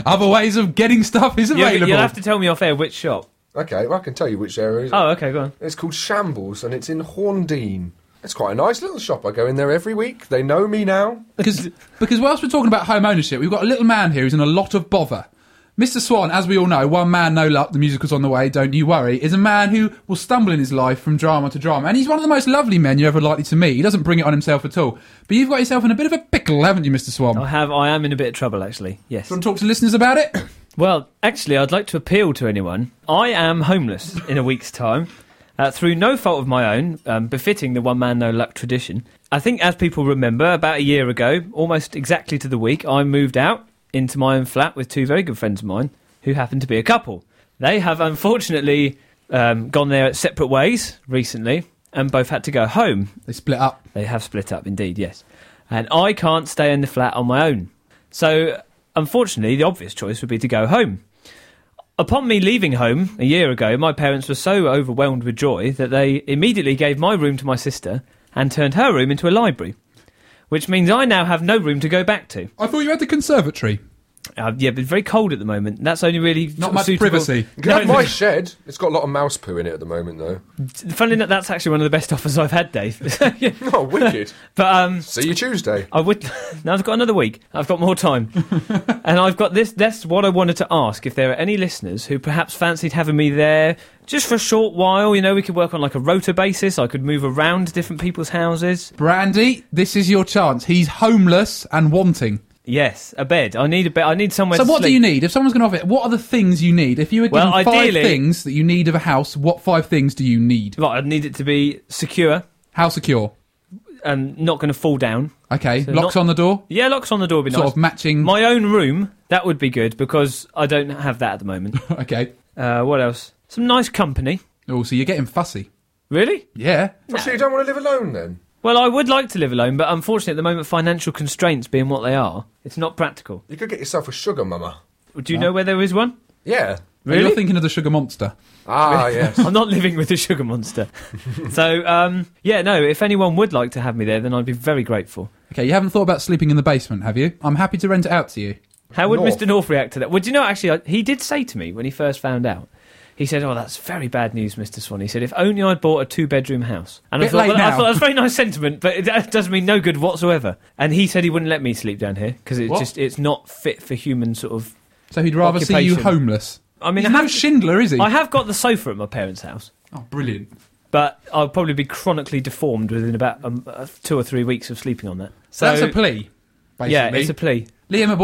A: Other ways of getting stuff is
B: you'll,
A: available.
B: you'll have to tell me off air which shop.
C: Okay, well, I can tell you which area it is.
B: Oh, okay, go on.
C: It's called Shambles, and it's in Horndean. It's quite a nice little shop. I go in there every week. They know me now.
A: Because because whilst we're talking about home ownership, we've got a little man here who's in a lot of bother. Mr. Swan, as we all know, one man, no luck, the musical's on the way, don't you worry, is a man who will stumble in his life from drama to drama. And he's one of the most lovely men you're ever likely to meet. He doesn't bring it on himself at all. But you've got yourself in a bit of a pickle, haven't you, Mr. Swan? Do
B: I
A: you
B: have. I am in a bit of trouble, actually. Yes.
A: want to talk to listeners about it? (coughs)
B: Well, actually, I'd like to appeal to anyone. I am homeless in a week's time, uh, through no fault of my own, um, befitting the one man no luck tradition. I think, as people remember, about a year ago, almost exactly to the week, I moved out into my own flat with two very good friends of mine who happen to be a couple. They have unfortunately um, gone their separate ways recently and both had to go home.
A: They split up.
B: They have split up, indeed, yes. And I can't stay in the flat on my own. So, unfortunately, the obvious choice would be to go home. Upon me leaving home a year ago, my parents were so overwhelmed with joy that they immediately gave my room to my sister and turned her room into a library, which means I now have no room to go back to.
A: I thought you had the conservatory.
B: Uh, yeah, but it's very cold at the moment. That's only really sort of
A: much
B: suitable-
A: privacy.
C: You can have
B: (laughs) (laughs) No,
C: my
B: no.
C: shed. It's got a lot of mouse poo in it at the moment, though. (laughs)
B: Funnily enough, that's actually one of the best offers I've had, Dave. (laughs)
C: Oh, wicked.
B: but um,
C: See
B: (laughs)
C: you Tuesday.
B: I would. Now I've got another week. I've got
A: (laughs)
B: more time, and I've got this. That's what I wanted to ask. If there are any listeners who perhaps fancied having me there just for a short while, you know, we could work on like a rota basis. I could move around different people's houses.
A: Brandy, this is your chance. He's homeless and wanting.
B: Yes, a bed. I need a bed. I need somewhere.
A: So,
B: to
A: what do
B: sleep.
A: you need? If someone's going to offer it, what are the things you need? If you were given
B: Well,
A: five
B: ideally-
A: things that you need of a house, what five things do you need?
B: Right, I need it to be secure
A: How secure?
B: and not going to fall down.
A: Okay,
B: So
A: locks
B: not-
A: on the door,
B: Yeah, locks on the door would be
A: sort
B: nice.
A: of matching.
B: My own room that would be good because I don't have that at
A: (laughs)
B: the moment.
A: (laughs) okay.
B: uh, what else? Some nice company.
A: Oh, so you're getting fussy.
B: Really?
A: Yeah.
C: Oh, so you don't want to live alone then?
B: Well, I would like to live alone, but unfortunately, at the moment, financial constraints being what they are, it's not practical.
C: You could get yourself a sugar mama.
B: Do you know where there is one? (laughs)
C: Yeah.
A: But You're
B: Really?
A: thinking of the sugar monster.
C: Ah, yes.
B: I'm not living with a
A: (laughs)
B: sugar monster. so, um, yeah, no, if anyone would like to have me there, then I'd be very grateful.
A: Okay, you haven't thought about sleeping in the basement, have you? I'm happy to rent it out to you.
B: How would
C: North.
B: Mr. North react to that? Well, do you know, actually, I, he did say to me when he first found out, he said, Oh, that's very bad news, Mr. Swan. He said, If only I'd bought a two bedroom house. And I
A: Bit
B: thought,
A: late
B: well, I
A: now.
B: thought that's a very nice sentiment, but it that doesn't mean no good whatsoever. And he said he wouldn't let me sleep down here because it's
A: What?
B: just it's not fit for human sort of.
A: So he'd rather see you
B: Occupation.
A: homeless.
B: I mean,
A: He's
B: I
A: no
B: have-
A: Schindler, is he?
B: I have got the sofa at my parents' house,
A: Oh, brilliant.
B: but I'll probably be chronically deformed within about um, uh, two or three weeks of sleeping on that.
A: So that's a plea, basically.
B: yeah, it's a plea.
A: Liam at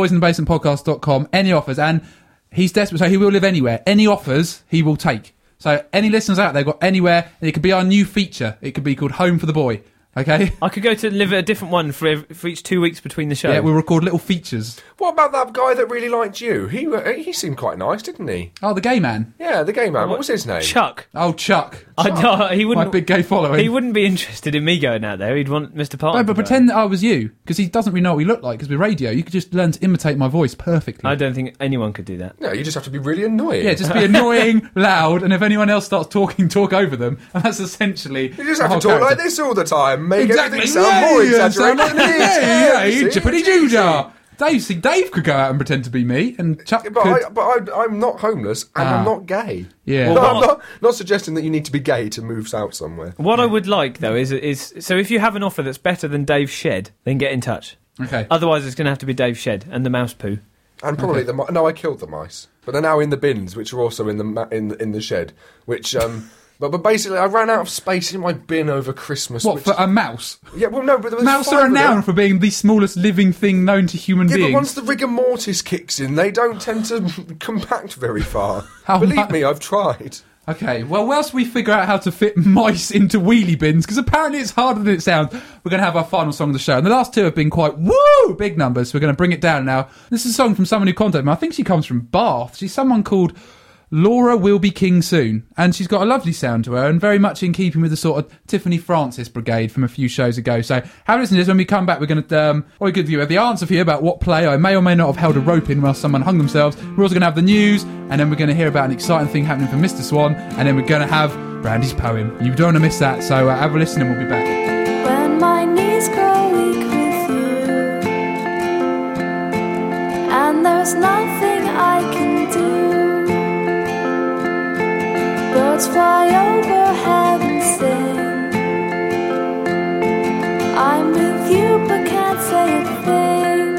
A: boysinthebasementpodcast.com. Any offers, and he's desperate, so he will live anywhere. Any offers, he will take. So any listeners out there got anywhere, and it could be our new feature. It could be called Home for the Boy. Okay?
B: I could go to live at a different one for ev for each two weeks between the show.
A: Yeah, we'll record little features.
C: what about that guy that really liked you? He wa- he seemed quite nice, didn't he?
A: Oh, the gay man.
C: Yeah, the gay man. What was his name?
B: Chuck.
A: Oh, Chuck.
B: I, no, he
A: My
B: wouldn't.
A: big gay following.
B: he wouldn't be interested in me going out there. He'd want Mr. Parker.
A: No,
B: to
A: but
B: go.
A: pretend that I was you, because he doesn't really know what we look like. Because with radio, you could just learn to imitate my voice perfectly.
B: I don't think anyone could do that.
C: No, you just have to be really annoying.
A: yeah,
B: (laughs)
A: just be annoying, loud, and if anyone else starts talking, talk over them. And that's essentially.
C: You just have to talk like this all the time. Make
A: Exactly.
C: everything sound more
A: Yeah,
C: exaggerated (laughs)
A: sound-
C: than it
A: (laughs)
C: is.
A: yeah, yeah,
C: you
A: you
C: see?
A: jippity doo dah. Dave, see, Dave could go out and pretend to be me, and Chuck
C: But,
A: could. Ah.
C: I, but I, I'm not homeless and I'm not gay.
A: Yeah.
C: No,
B: Well,
C: I'm
B: what-
C: not, not suggesting that you need to be gay to move out somewhere.
B: What I would like though is is so if you have an offer that's better than Dave Shed, then get in touch.
A: Okay.
B: Otherwise, it's going to have to be Dave Shed and the mouse poo.
C: And probably the mi- no, I killed the mice, but they're now in the bins, which are also in the ma- in the- in the shed. Which um, (laughs) but but basically, I ran out of space in my bin over Christmas.
A: What,
C: which,
A: for a mouse?
C: yeah, well, no, but there was
A: Mouse
C: five
A: are a
C: of them.
A: noun for being the smallest living thing known to human
C: Yeah, but
A: beings.
C: once the rigor mortis kicks in, they don't tend to (laughs) compact very far.
A: How
C: Believe
A: mu-
C: me, I've tried.
A: Okay, well, whilst we figure out how to fit (laughs) mice into wheelie bins, because apparently it's harder than it sounds, we're going to have our final song of the show. And the last two have been quite, woo, big numbers. So we're going to bring it down now. This is a song from someone who contacted me. I think she comes from Bath. She's someone called Laura will be king soon, and she's got a lovely sound to her, and very much in keeping with the sort of Tiffany Francis brigade from a few shows ago. So, have a listen to this. When we come back, we're going to um, or give you the answer for you about what play I may or may not have held a rope in while someone hung themselves. We're also going to have the news, and then we're going to hear about an exciting thing happening for Mr. Swan, and then we're going to have Brandy's poem. You don't want to miss that. So, uh, have a listen, and we'll be back.
F: When my knees grow weak with you, and there's nothing I can do, birds fly overhead and sing. I'm with you, but can't say a thing.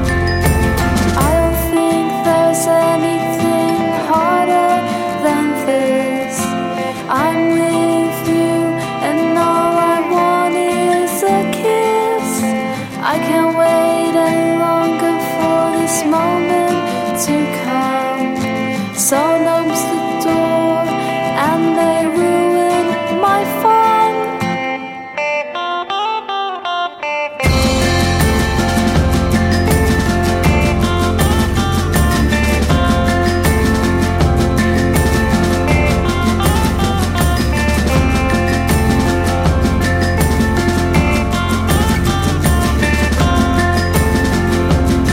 F: I don't think there's anything harder than this. I'm with you, and all I want is a kiss. I can't wait any longer for this moment to come. Sun opens the door, and they ruin my fun.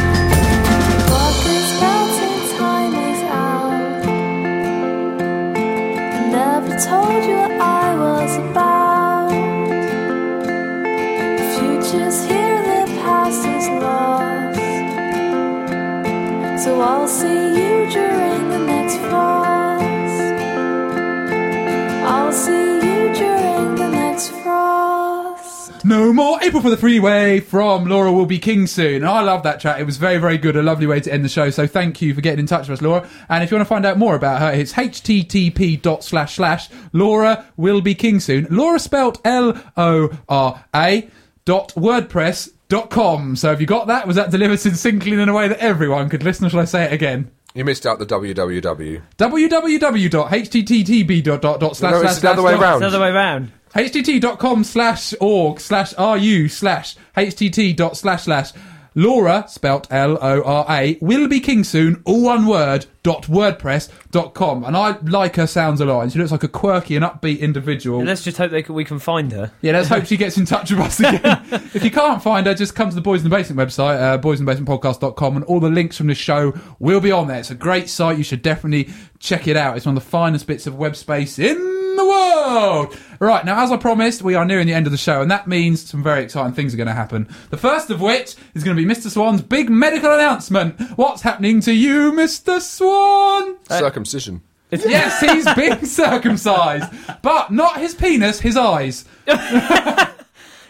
F: What this mountain time is out. Never told you what I was about. The future's here, the past is lost. So I'll see you during the next frost. I'll see you during the next frost.
A: No more April for the Freeway from Laura Will Be King soon. And I love that chat. It was very, very good. A lovely way to end the show. So thank you for getting in touch with us, Laura. And if you want to find out more about her, it's http dot slash slash Laura Will Be King soon. Laura spelt L O R A dot WordPress dot com. So have you got that? Was that delivered succinctly in a way that everyone could listen? Or shall I say it again?
C: You missed out the www.
A: www.http dot dot dot slash
C: No,
A: slash
C: it's the other
A: slash
C: way
A: dot-
C: round.
B: It's the other way round.
A: htt.com slash org slash ru slash htt dot slash slash Laura, spelt L-O-R-A, will be king soon, all one word, dot wordpress dot com. And I like her sounds a lot, and she looks like a quirky and upbeat individual.
B: Let's just hope they can, we can find her.
A: Yeah, let's hope she gets in touch with us again. if you can't find her, just come to the Boys in the Basement website, uh, boysinthebasementpodcast.com, and all the links from the show will be on there. It's a great site. You should definitely check it out. It's one of the finest bits of web space in the world. Right, now, as I promised, we are nearing the end of the show, and that means some very exciting things are going to happen. The first of which is going to be Mr. Swan's big medical announcement. What's happening to you, Mr. Swan?
B: Uh,
C: Circumcision.
A: Yes, he's being circumcised, but not his penis, his eyes.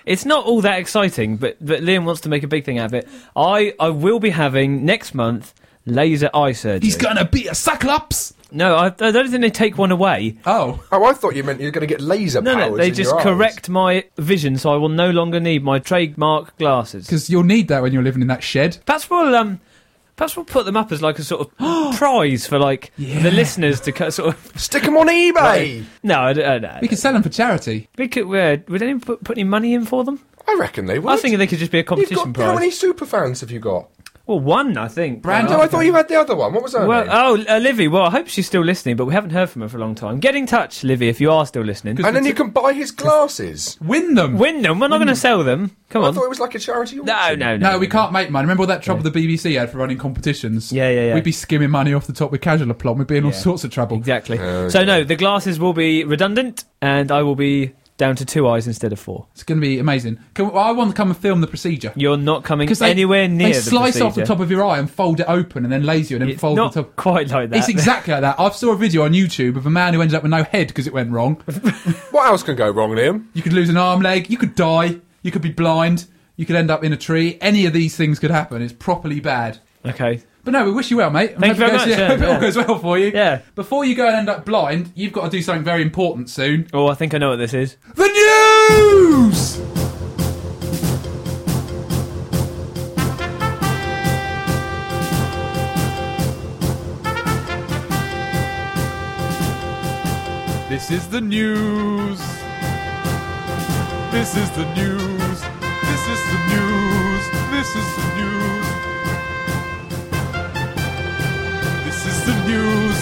B: It's not all that exciting, but, but Liam wants to make a big thing out of it. I, I will be having next month laser eye surgery.
A: He's going to be a cyclops.
B: no, I, I don't think they take one away.
A: (laughs) Oh,
C: Oh, I thought you meant you were going to get laser
B: No,
C: powers
B: no, they
C: in
B: just
C: your eyes.
B: correct my vision, so I will no longer need my trademark glasses.
A: because you'll need that when you're living in that shed.
B: Perhaps we'll um, perhaps we'll put them up as like a sort
C: (gasps)
B: of prize for like the listeners to cut sort of. (laughs)
C: Stick them on eBay.
B: No, I don't, uh, no,
A: We could sell them for charity.
B: we could. Uh, would anyone put, put any money in for them?
C: I reckon they would.
B: I was thinking they could just be a
C: You've
B: competition
C: got,
B: prize.
C: How many super fans have you got?
B: Well, one, I think.
A: Brand-
C: No, I thought you had the other one. What was that?
B: Oh, Well, oh, uh, Livy. Well, I hope she's still listening, but we haven't heard from her for a long time. Get in touch, Livy, if you are still listening.
C: and then you can buy his glasses.
A: Win them.
B: Win them. We're not going to sell them. Come
C: I
B: on.
C: thought it was like a charity.
B: No,
C: auction.
B: no, no.
A: no, we can't make money. Remember all that trouble the BBC had for running competitions?
B: Yeah, yeah, yeah.
A: We'd be skimming money off the top with casual aplomb. We'd be in all
B: Yeah.
A: sorts of trouble.
B: Exactly. So no, the glasses will be redundant, and I will be down to two eyes instead of four.
A: It's going to be amazing. Can, I want to come and film the procedure.
B: You're not coming
A: they,
B: anywhere near
A: They
B: the
A: slice off the
B: procedure.
A: top of your eye and fold it open and then laser you and then
B: It's
A: fold
B: not
A: the top.
B: quite like (laughs) that.
A: It's exactly like that. I saw a video on YouTube of a man who ended up with no head because it went
B: (laughs)
A: wrong.
C: What else can go wrong, Liam?
A: You could lose an arm, leg. You could die. You could be blind. You could end up in a tree. Any of these things could happen. It's properly bad.
B: okay.
A: But no, we wish you well, mate. And
B: Thank
A: hope
B: you very
A: it goes-
B: much,
A: yeah, (laughs)
B: yeah,
A: hope it all
B: yeah.
A: goes well for you.
B: Yeah.
A: Before you go and end up blind, you've got to do something very important soon.
B: Oh, I think I know what this is.
A: The news.
G: This is the news. This is the news. This is the news. This is the news. This is the news.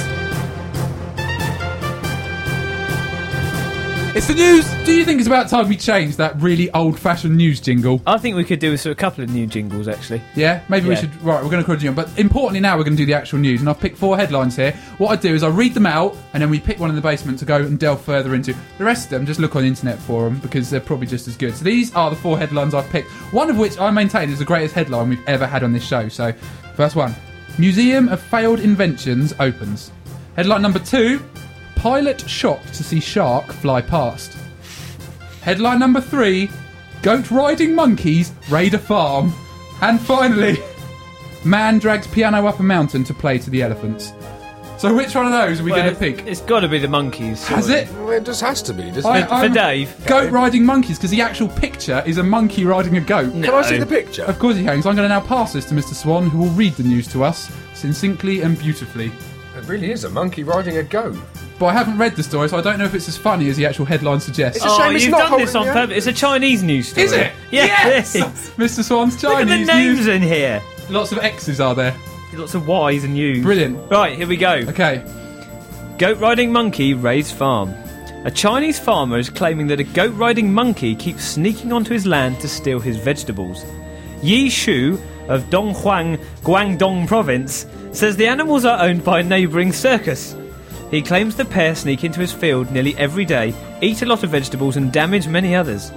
A: It's the news. Do you think it's about time we changed that really old-fashioned news jingle?
B: I think we could do with a couple of new jingles, actually.
A: Yeah, maybe we
B: Yeah.
A: should. Right, we're going to continue on. But importantly, now we're going to do the actual news. And I've picked four headlines here. What I do is I read them out, and then we pick one in the basement to go and delve further into. The rest of them, just look on the internet for them because they're probably just as good. So these are the four headlines I've picked. One of which I maintain is the greatest headline we've ever had on this show. So, first one Museum of Failed Inventions opens. Headline number two Pilot shocked to see shark fly past. Headline number three Goat riding monkeys raid a farm. And finally, (laughs) man drags piano up a mountain to play to the elephants. So, which one of those are we
B: Well,
A: going to pick?
B: It's got to be the monkeys.
A: Has
B: surely.
A: it?
C: Well, it just has to be, doesn't
A: I-
C: it?
B: For
A: I'm-
B: Dave.
A: Goat riding monkeys, because the actual picture is a monkey riding a goat.
C: Can I see
B: No.
C: the picture?
A: Of course he hangs. I'm going to now pass this to Mr. Swan, who will read the news to us succinctly and beautifully.
C: It really is a monkey riding a goat.
A: But I haven't read the story, so I don't know if it's as funny as the actual headline suggests.
C: It's a
B: oh,
C: shame it's
B: you've
C: not
B: done this on
C: holding the
B: purpose. It's a Chinese news story.
A: Is it?
B: Yes. (laughs)
A: Mr. Swan's
B: Look at
A: Chinese
B: the names
A: news.
B: in here.
A: Lots of X's are there.
B: Lots of Y's and U's.
A: Brilliant.
B: Right, here we go.
A: Okay.
B: Goat riding monkey raids farm. A Chinese farmer is claiming that a goat riding monkey keeps sneaking onto his land to steal his vegetables. Yi Shu of Donghuang, Guangdong province, says the animals are owned by a neighbouring circus. He claims the pair sneak into his field nearly every day, eat a lot of vegetables, and damage many others.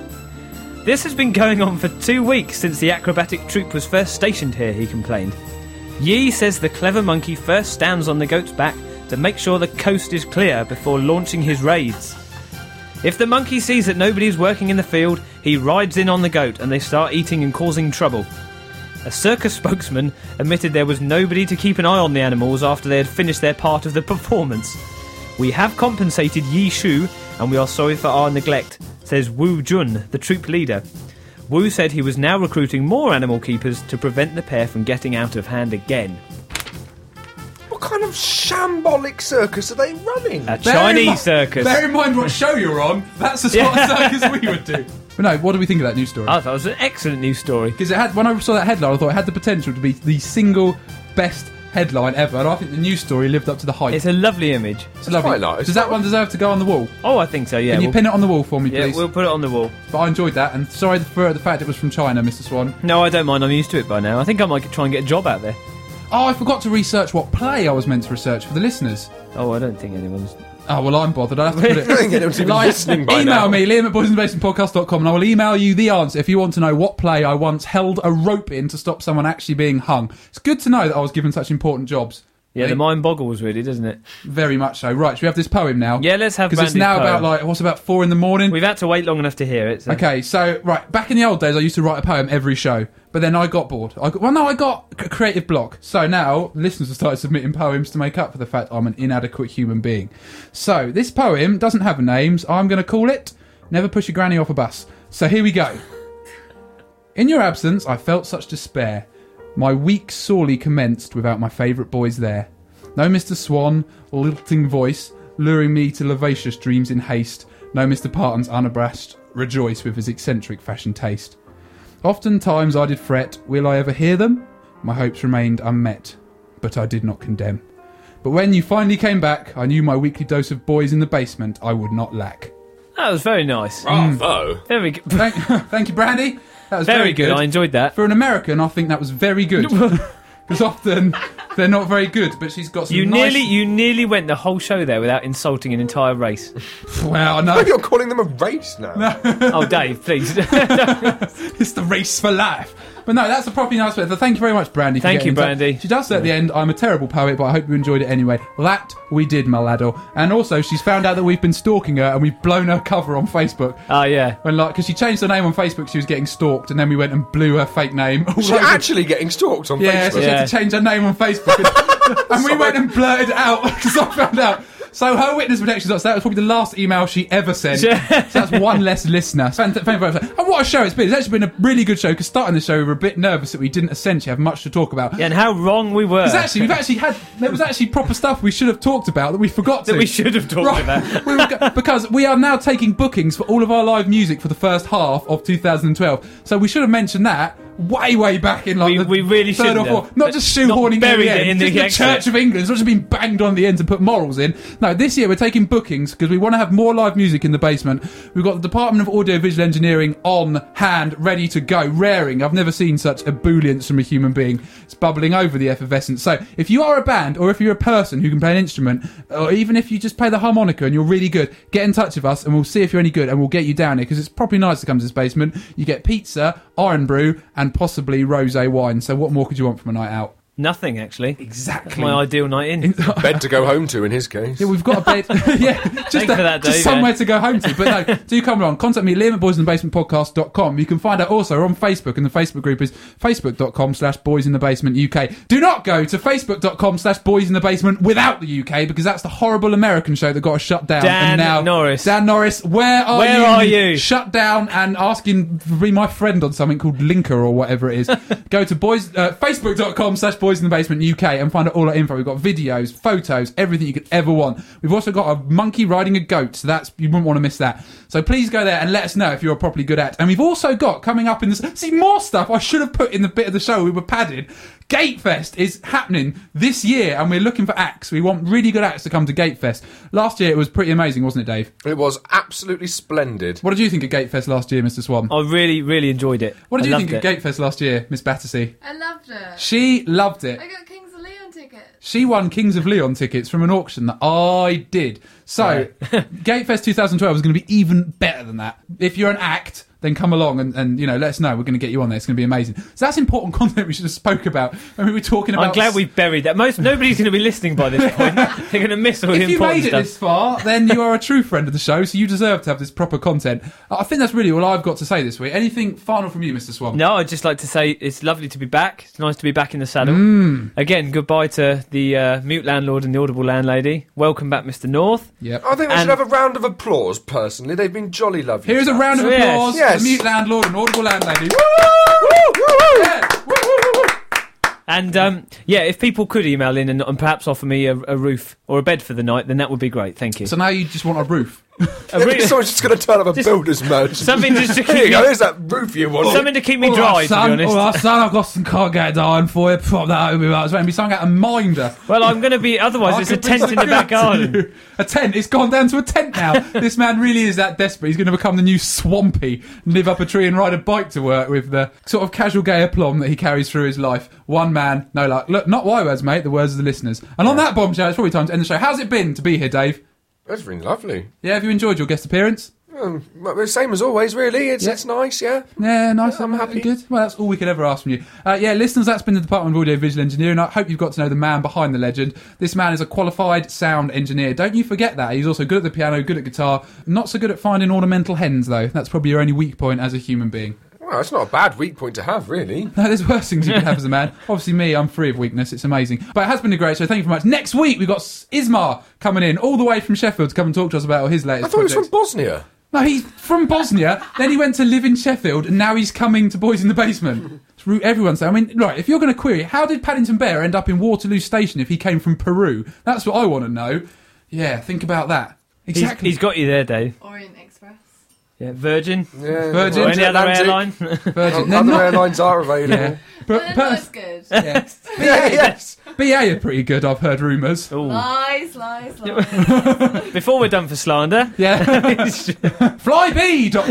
B: This has been going on for two weeks since the acrobatic troop was first stationed here, he complained. Yi says the clever monkey first stands on the goat's back to make sure the coast is clear before launching his raids. If the monkey sees that nobody is working in the field, he rides in on the goat and they start eating and causing trouble. A circus (laughs) spokesman admitted there was nobody to keep an eye on the animals after they had finished their part of the performance. We have compensated Yi Shu and we are sorry for our neglect, says Wu Jun, the troop leader. Wu said he was now recruiting more animal keepers to prevent the pair from getting out of hand again.
C: What kind of shambolic circus are they running?
A: Bear
B: A
A: in
B: Chinese
A: mi-
B: circus.
A: Bear in mind what show you're on. That's the sort of circus we would do. But no, what do we think of that news story?
B: I thought it Oh, was an excellent news story.
A: Because it had when I saw that headline, I thought it had the potential to be the single best headline ever, and I think the news story lived up to the hype.
B: It's a lovely image.
A: It's lovely.
C: quite nice.
A: Does that one deserve to go on the wall?
B: Oh, I think so. Yeah.
A: Can you
B: we'll,
A: pin it on the wall for me,
B: yeah,
A: please?
B: we'll put it on the wall.
A: But I enjoyed that, and sorry for the fact it was from China, Mr. Swan.
B: No, I don't mind. I'm used to it by now. I think I might get- try and get a job out there.
A: Oh, I forgot to research what play I was meant to research for the listeners.
B: Oh, I don't think anyone's.
A: Oh, well, I'm bothered. I'll have
B: (laughs)
A: to put it.
C: think anyone's even
A: Like,
C: listening by
A: email
C: now.
A: me, liam at boysinthebasementpodcast.com, and I will email you the answer if you want to know what play I once held a rope in to stop someone actually being hung. It's good to know that I was given such important jobs.
B: Yeah,
A: Really?
B: the mind boggles, really, doesn't it?
A: Very much so. Right, should we have this poem now?
B: Yeah, let's have.
A: Because it's
B: Brandy's
A: now
B: poem.
A: about, like, what's about four in the morning?
B: We've had to wait long enough to hear it. So.
A: Okay, so right back in the old days, I used to write a poem every show, but then I got bored. I got, well, no, I got a creative block. So now listeners have started submitting poems to make up for the fact I'm an inadequate human being. So this poem doesn't have a name. So I'm going to call it "Never Push Your Granny Off a Bus." So here we go. In your absence, I felt such despair. My week sorely commenced without my favourite boys there. No Mr. Swan, lilting voice, luring me to lascivious dreams in haste. No Mr. Parton's unabashed rejoice with his eccentric fashion taste. Oftentimes I did fret, will I ever hear them? My hopes remained unmet, but I did not condemn. But when you finally came back, I knew my weekly dose of boys in the basement I would not lack.
B: That was very nice.
C: Bravo.
B: Very good.
A: Thank, (laughs) thank you, Brandy. That was
B: Very,
A: Mm. very,
B: good. I enjoyed that.
A: for an American, I think that was very
B: (laughs)
A: good. Because often they're not very good, but she's got some
B: You
A: nice...
B: nearly, you nearly went the whole show there without insulting an
A: (laughs)
B: entire race.
A: Well,
C: Oh,
A: no,
C: you're calling them a race now.
B: oh, Dave, please. (laughs)
A: it's the race for life. But no, that's a properly nice way. So Thank you very much, Brandy. for
B: Thank
A: getting
B: you,
A: in touch.
B: Brandy.
A: She does say at the end, I'm a terrible poet, but I hope you enjoyed it anyway. That we did, my lado. And also, she's found out that we've been stalking her and we've blown her cover on Facebook.
B: oh yeah.
A: When like, because she changed her name on Facebook, she was getting stalked, and then we went and blew her fake name. (laughs) all
C: She's
A: over-
C: actually getting stalked on
A: Yeah, so
C: Facebook.
A: she had to
B: Yeah.
A: (laughs) change her name on Facebook. and we went and blurted it out because I found out. So her witness protection docs, that was probably the last email she ever sent. so
B: Yeah.
A: that's one less listener. So thank- thank you very much. And what a show it's been. It's actually been a really good show because starting the show we were a bit nervous that we didn't essentially have much to talk about.
B: Yeah, and how wrong we were.
A: Because actually, we've actually had there was actually proper stuff we should have talked about that we forgot to.
B: That we should have talked
A: Right. (laughs)
B: about.
A: We were go- because we are now taking bookings for all of our live music for the first half of 2012. So we should have mentioned that way, way back in like
B: We-
A: the
B: we really
A: third
B: shouldn't
A: or
B: have.
A: fourth. Not just
B: Not
A: shoehorning in the,
B: buried it
A: end,
B: in the
A: just
B: exit.
A: Church of England. It's not just been banged on the end to put morals in. No, this year we're taking bookings because we want to have more live music in the basement. We've got the Department of Audiovisual Engineering on hand, ready to go, raring. I've never seen such ebullience from a human being. It's bubbling over the effervescence. So if you are a band or if you're a person who can play an instrument, or even if you just play the harmonica and you're really good, get in touch with us and we'll see if you're any good and we'll get you down here because it's probably nice to come to this basement. You get pizza, iron brew, and possibly rosé wine. So what more could you want from a night out?
B: Nothing, actually. That's
A: Exactly.
B: my ideal night in.
A: (laughs)
C: Bed to go home to in his case.
A: Yeah, we've got a bed.
B: (laughs)
A: (laughs) yeah, just,
B: Thanks
A: a-
B: for that,
A: just
B: Dave,
A: somewhere
B: yeah.
A: to go home to.
B: (laughs)
A: But no, do come along. Contact me, Liam at boysinthebasement.podcast.com. You can find out also we're on Facebook, and the Facebook group is facebook.com slash boysinthebasement UK. Do not go to facebook.com slash boysinthebasement without the UK because that's the horrible American show that got us shut down.
B: Dan
A: and now,
B: Norris.
A: Dan Norris, where are
B: Where
A: you?
B: are you?
A: Shut down and asking to be my friend on something called Linker or whatever
B: (laughs)
A: it is. Go to boys uh, facebook.com slash boys in the basement UK and find out all our info. We've got videos, photos, everything you could ever want. We've also got a monkey riding a goat, so that's you wouldn't want to miss that. So please go there and let us know if you're a properly good act. And we've also got coming up in this see more stuff I should have put in the bit of the show we were padded. Gatefest is happening this year and we're looking for acts. We want really good acts to come to Gatefest. Last year it was pretty amazing, wasn't it, Dave?
C: It was absolutely splendid.
A: What did you think of Gatefest last year, Mr. Swan?
B: I really, really enjoyed it.
A: What did
B: Oh, I
A: you think
B: loved
A: of
B: it.
A: Gatefest last year, Miss Battersea?
H: I loved it.
A: She loved it.
H: I got Kings of Leon tickets.
A: She won Kings of Leon tickets from an auction that I did. So, (laughs)
B: (laughs)
A: Gatefest 2012 is going to be even better than that. If you're an act, then come along and, and you know let us know. We're going to get you on there. It's going to be amazing. So that's important (laughs) content we should have spoke about. I mean, we were talking about.
B: I'm glad we buried that. Most nobody's going to be listening by this
A: (laughs)
B: point. They're going to miss all the
A: If you
B: important
A: made it
B: stuff.
A: this far, then you are a true friend of the show, so you deserve to have this proper content. I think that's really all I've got to say this week. Anything final from you, Mr. Swan?
B: No, I'd just like to say it's lovely to be back. It's nice to be back in the saddle.
A: Mm.
B: Again, goodbye to the uh, mute landlord and the audible landlady. Welcome back, Mr. North.
A: Yep.
C: I think we
B: And-
C: should have a round of applause, personally. They've been jolly lovely.
A: Here is a round of
B: Yes.
A: applause for
C: Yes.
A: the mute landlord and audible landlady. Yeah. Woo, woo, woo, woo.
B: And um, yeah, if people could email in and, and perhaps offer me a, a roof or a bed for the night, then that would be great. Thank you.
A: So now you just want a roof.
B: A roo-
C: Someone's just going to turn up a
B: Just-
C: builder's merchant.
B: something
A: (laughs)
B: just to
C: (laughs) Here
B: keep
C: you go,
B: me,
C: here's that roof you wanted.
B: something to keep me
A: All
B: dry.
A: right, Oh, son,
B: to be honest.
A: all right, son, I've got some cargo iron for you. Prop that over me. right. It's going to be something out of minder.
B: Well, I'm going to be. Otherwise,
A: I
B: it's a
A: could be
B: tent
A: so
B: in the
A: good
B: back
A: to (laughs)
B: garden.
A: you. A tent. It's gone down to a tent
B: (laughs)
A: now. this man really is that desperate. He's going to become the new Swampy, live up a tree and ride a bike to work with the sort of casual gay aplomb that he carries through his life. One man, no luck. Look, not my words, mate. The words of the listeners. And on that bombshell, it's probably time to end the show. How's it been to be here, Dave?
C: That's been lovely.
A: Yeah, have you enjoyed your guest appearance?
C: Um, well, same as always, really. It's,
A: Yeah.
C: it's nice, yeah.
A: Yeah, nice.
C: Yeah, I'm
A: uh,
C: happy.
A: Good. Well, that's all we could ever ask from you. Uh, yeah, listeners, that's been the Department of Audio Visual Engineering. I hope you've got to know the man behind the legend. This man is a qualified sound engineer. Don't you forget that. He's also good at the piano, good at guitar. Not so good at finding ornamental hens, though. That's probably your only weak point as a human being. (laughs)
C: Well, that's not a bad weak point to have, really.
A: No, there's worse things you could have as a
C: (laughs)
A: man. Obviously, me, I'm free of weakness. It's amazing. But it has been a great show. Thank you very much. Next week, we've got S- Ismar coming in all the way from Sheffield to come and talk to us about his latest
C: I thought it was
A: projects.
C: from Bosnia.
A: No, he's from Bosnia. then he went to live in Sheffield, and now he's coming to Boys in the Basement. It's ru- Everyone's saying, I mean, right, if you're going to query, how did Paddington Bear end up in Waterloo Station if he came from Peru? That's what I want to know. Yeah, think about that.
B: He's-
A: Exactly.
B: he's got you there, Dave.
H: Orient Express.
B: Yeah, Virgin
C: Yeah,
A: Virgin.
B: or
A: Into
B: any other
C: Atlantic.
B: airline.
A: Virgin.
C: Oh, Other
A: They're not-
C: airlines are available.
A: Yeah.
H: But, but
A: But
D: (laughs)
A: Perth-
H: good.
A: yeah.
C: (laughs) yeah, yes.
A: BA are pretty good, I've heard rumours.
B: Ooh.
H: Lies, lies, lies.
B: Before we're done for slander,
A: Yeah. (laughs) E Flybee.com.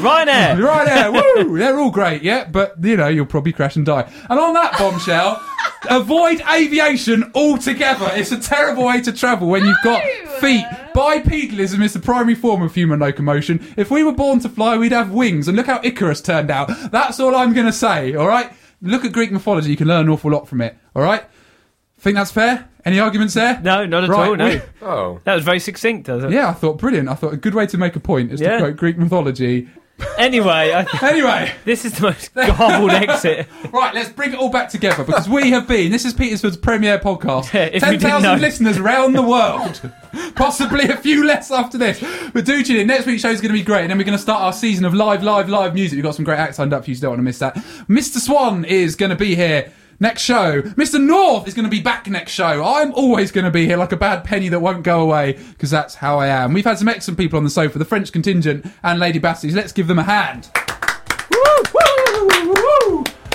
B: Ryanair.
A: Right there, woo! They're all great, yeah, but you know, you'll probably crash and die. And on that bombshell, avoid aviation altogether. It's a terrible way to travel when you've got
H: No!
A: feet. Bipedalism is the primary form of human locomotion. If we were born to fly, we'd have wings, and look how Icarus turned out. That's all I'm going to say, alright? Look at Greek mythology, you can learn an awful lot from it, alright? Think that's fair? Any arguments there?
B: No, not at
A: Right,
B: all. No,
A: we-
C: Oh.
B: that was very succinct. That was-
A: Yeah, I thought brilliant. I thought a good way to make a point is
B: Yeah.
A: to quote Greek mythology
B: Anyway, I,
A: Anyway,
B: this is the most garbled exit.
A: (laughs) right, let's bring it all back together because we have been, this is Petersfield's premiere podcast.
B: Yeah, if you
A: 10,000
B: didn't know.
A: listeners around the world. (laughs) Possibly a few less after this. But do tune in. Next week's show is going to be great. And then we're going to start our season of live, live, live music. We've got some great acts lined up for you. So don't want to miss that. Mr. Swan is going to be here. Next show, Mr. North is going to be back next show. I'm always going to be here like a bad penny that won't go away because that's how I am. We've had some excellent people on the sofa, the French contingent and Lady Basties. Let's give them a hand.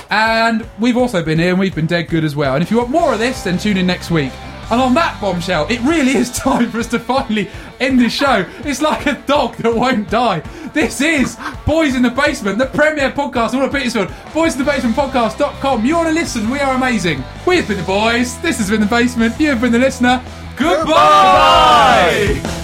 A: And we've also been here and we've been dead good as well. And if you want more of this, then tune in next week. And on that bombshell, it really is time for us to finally end this show. It's like a dog that won't die. This is Boys in the Basement, the premier podcast of all of Petersfield. Boys in the Basement podcast.com. You want to listen? We are amazing. We've been the boys. This has been the basement. You've been the listener. Goodbye.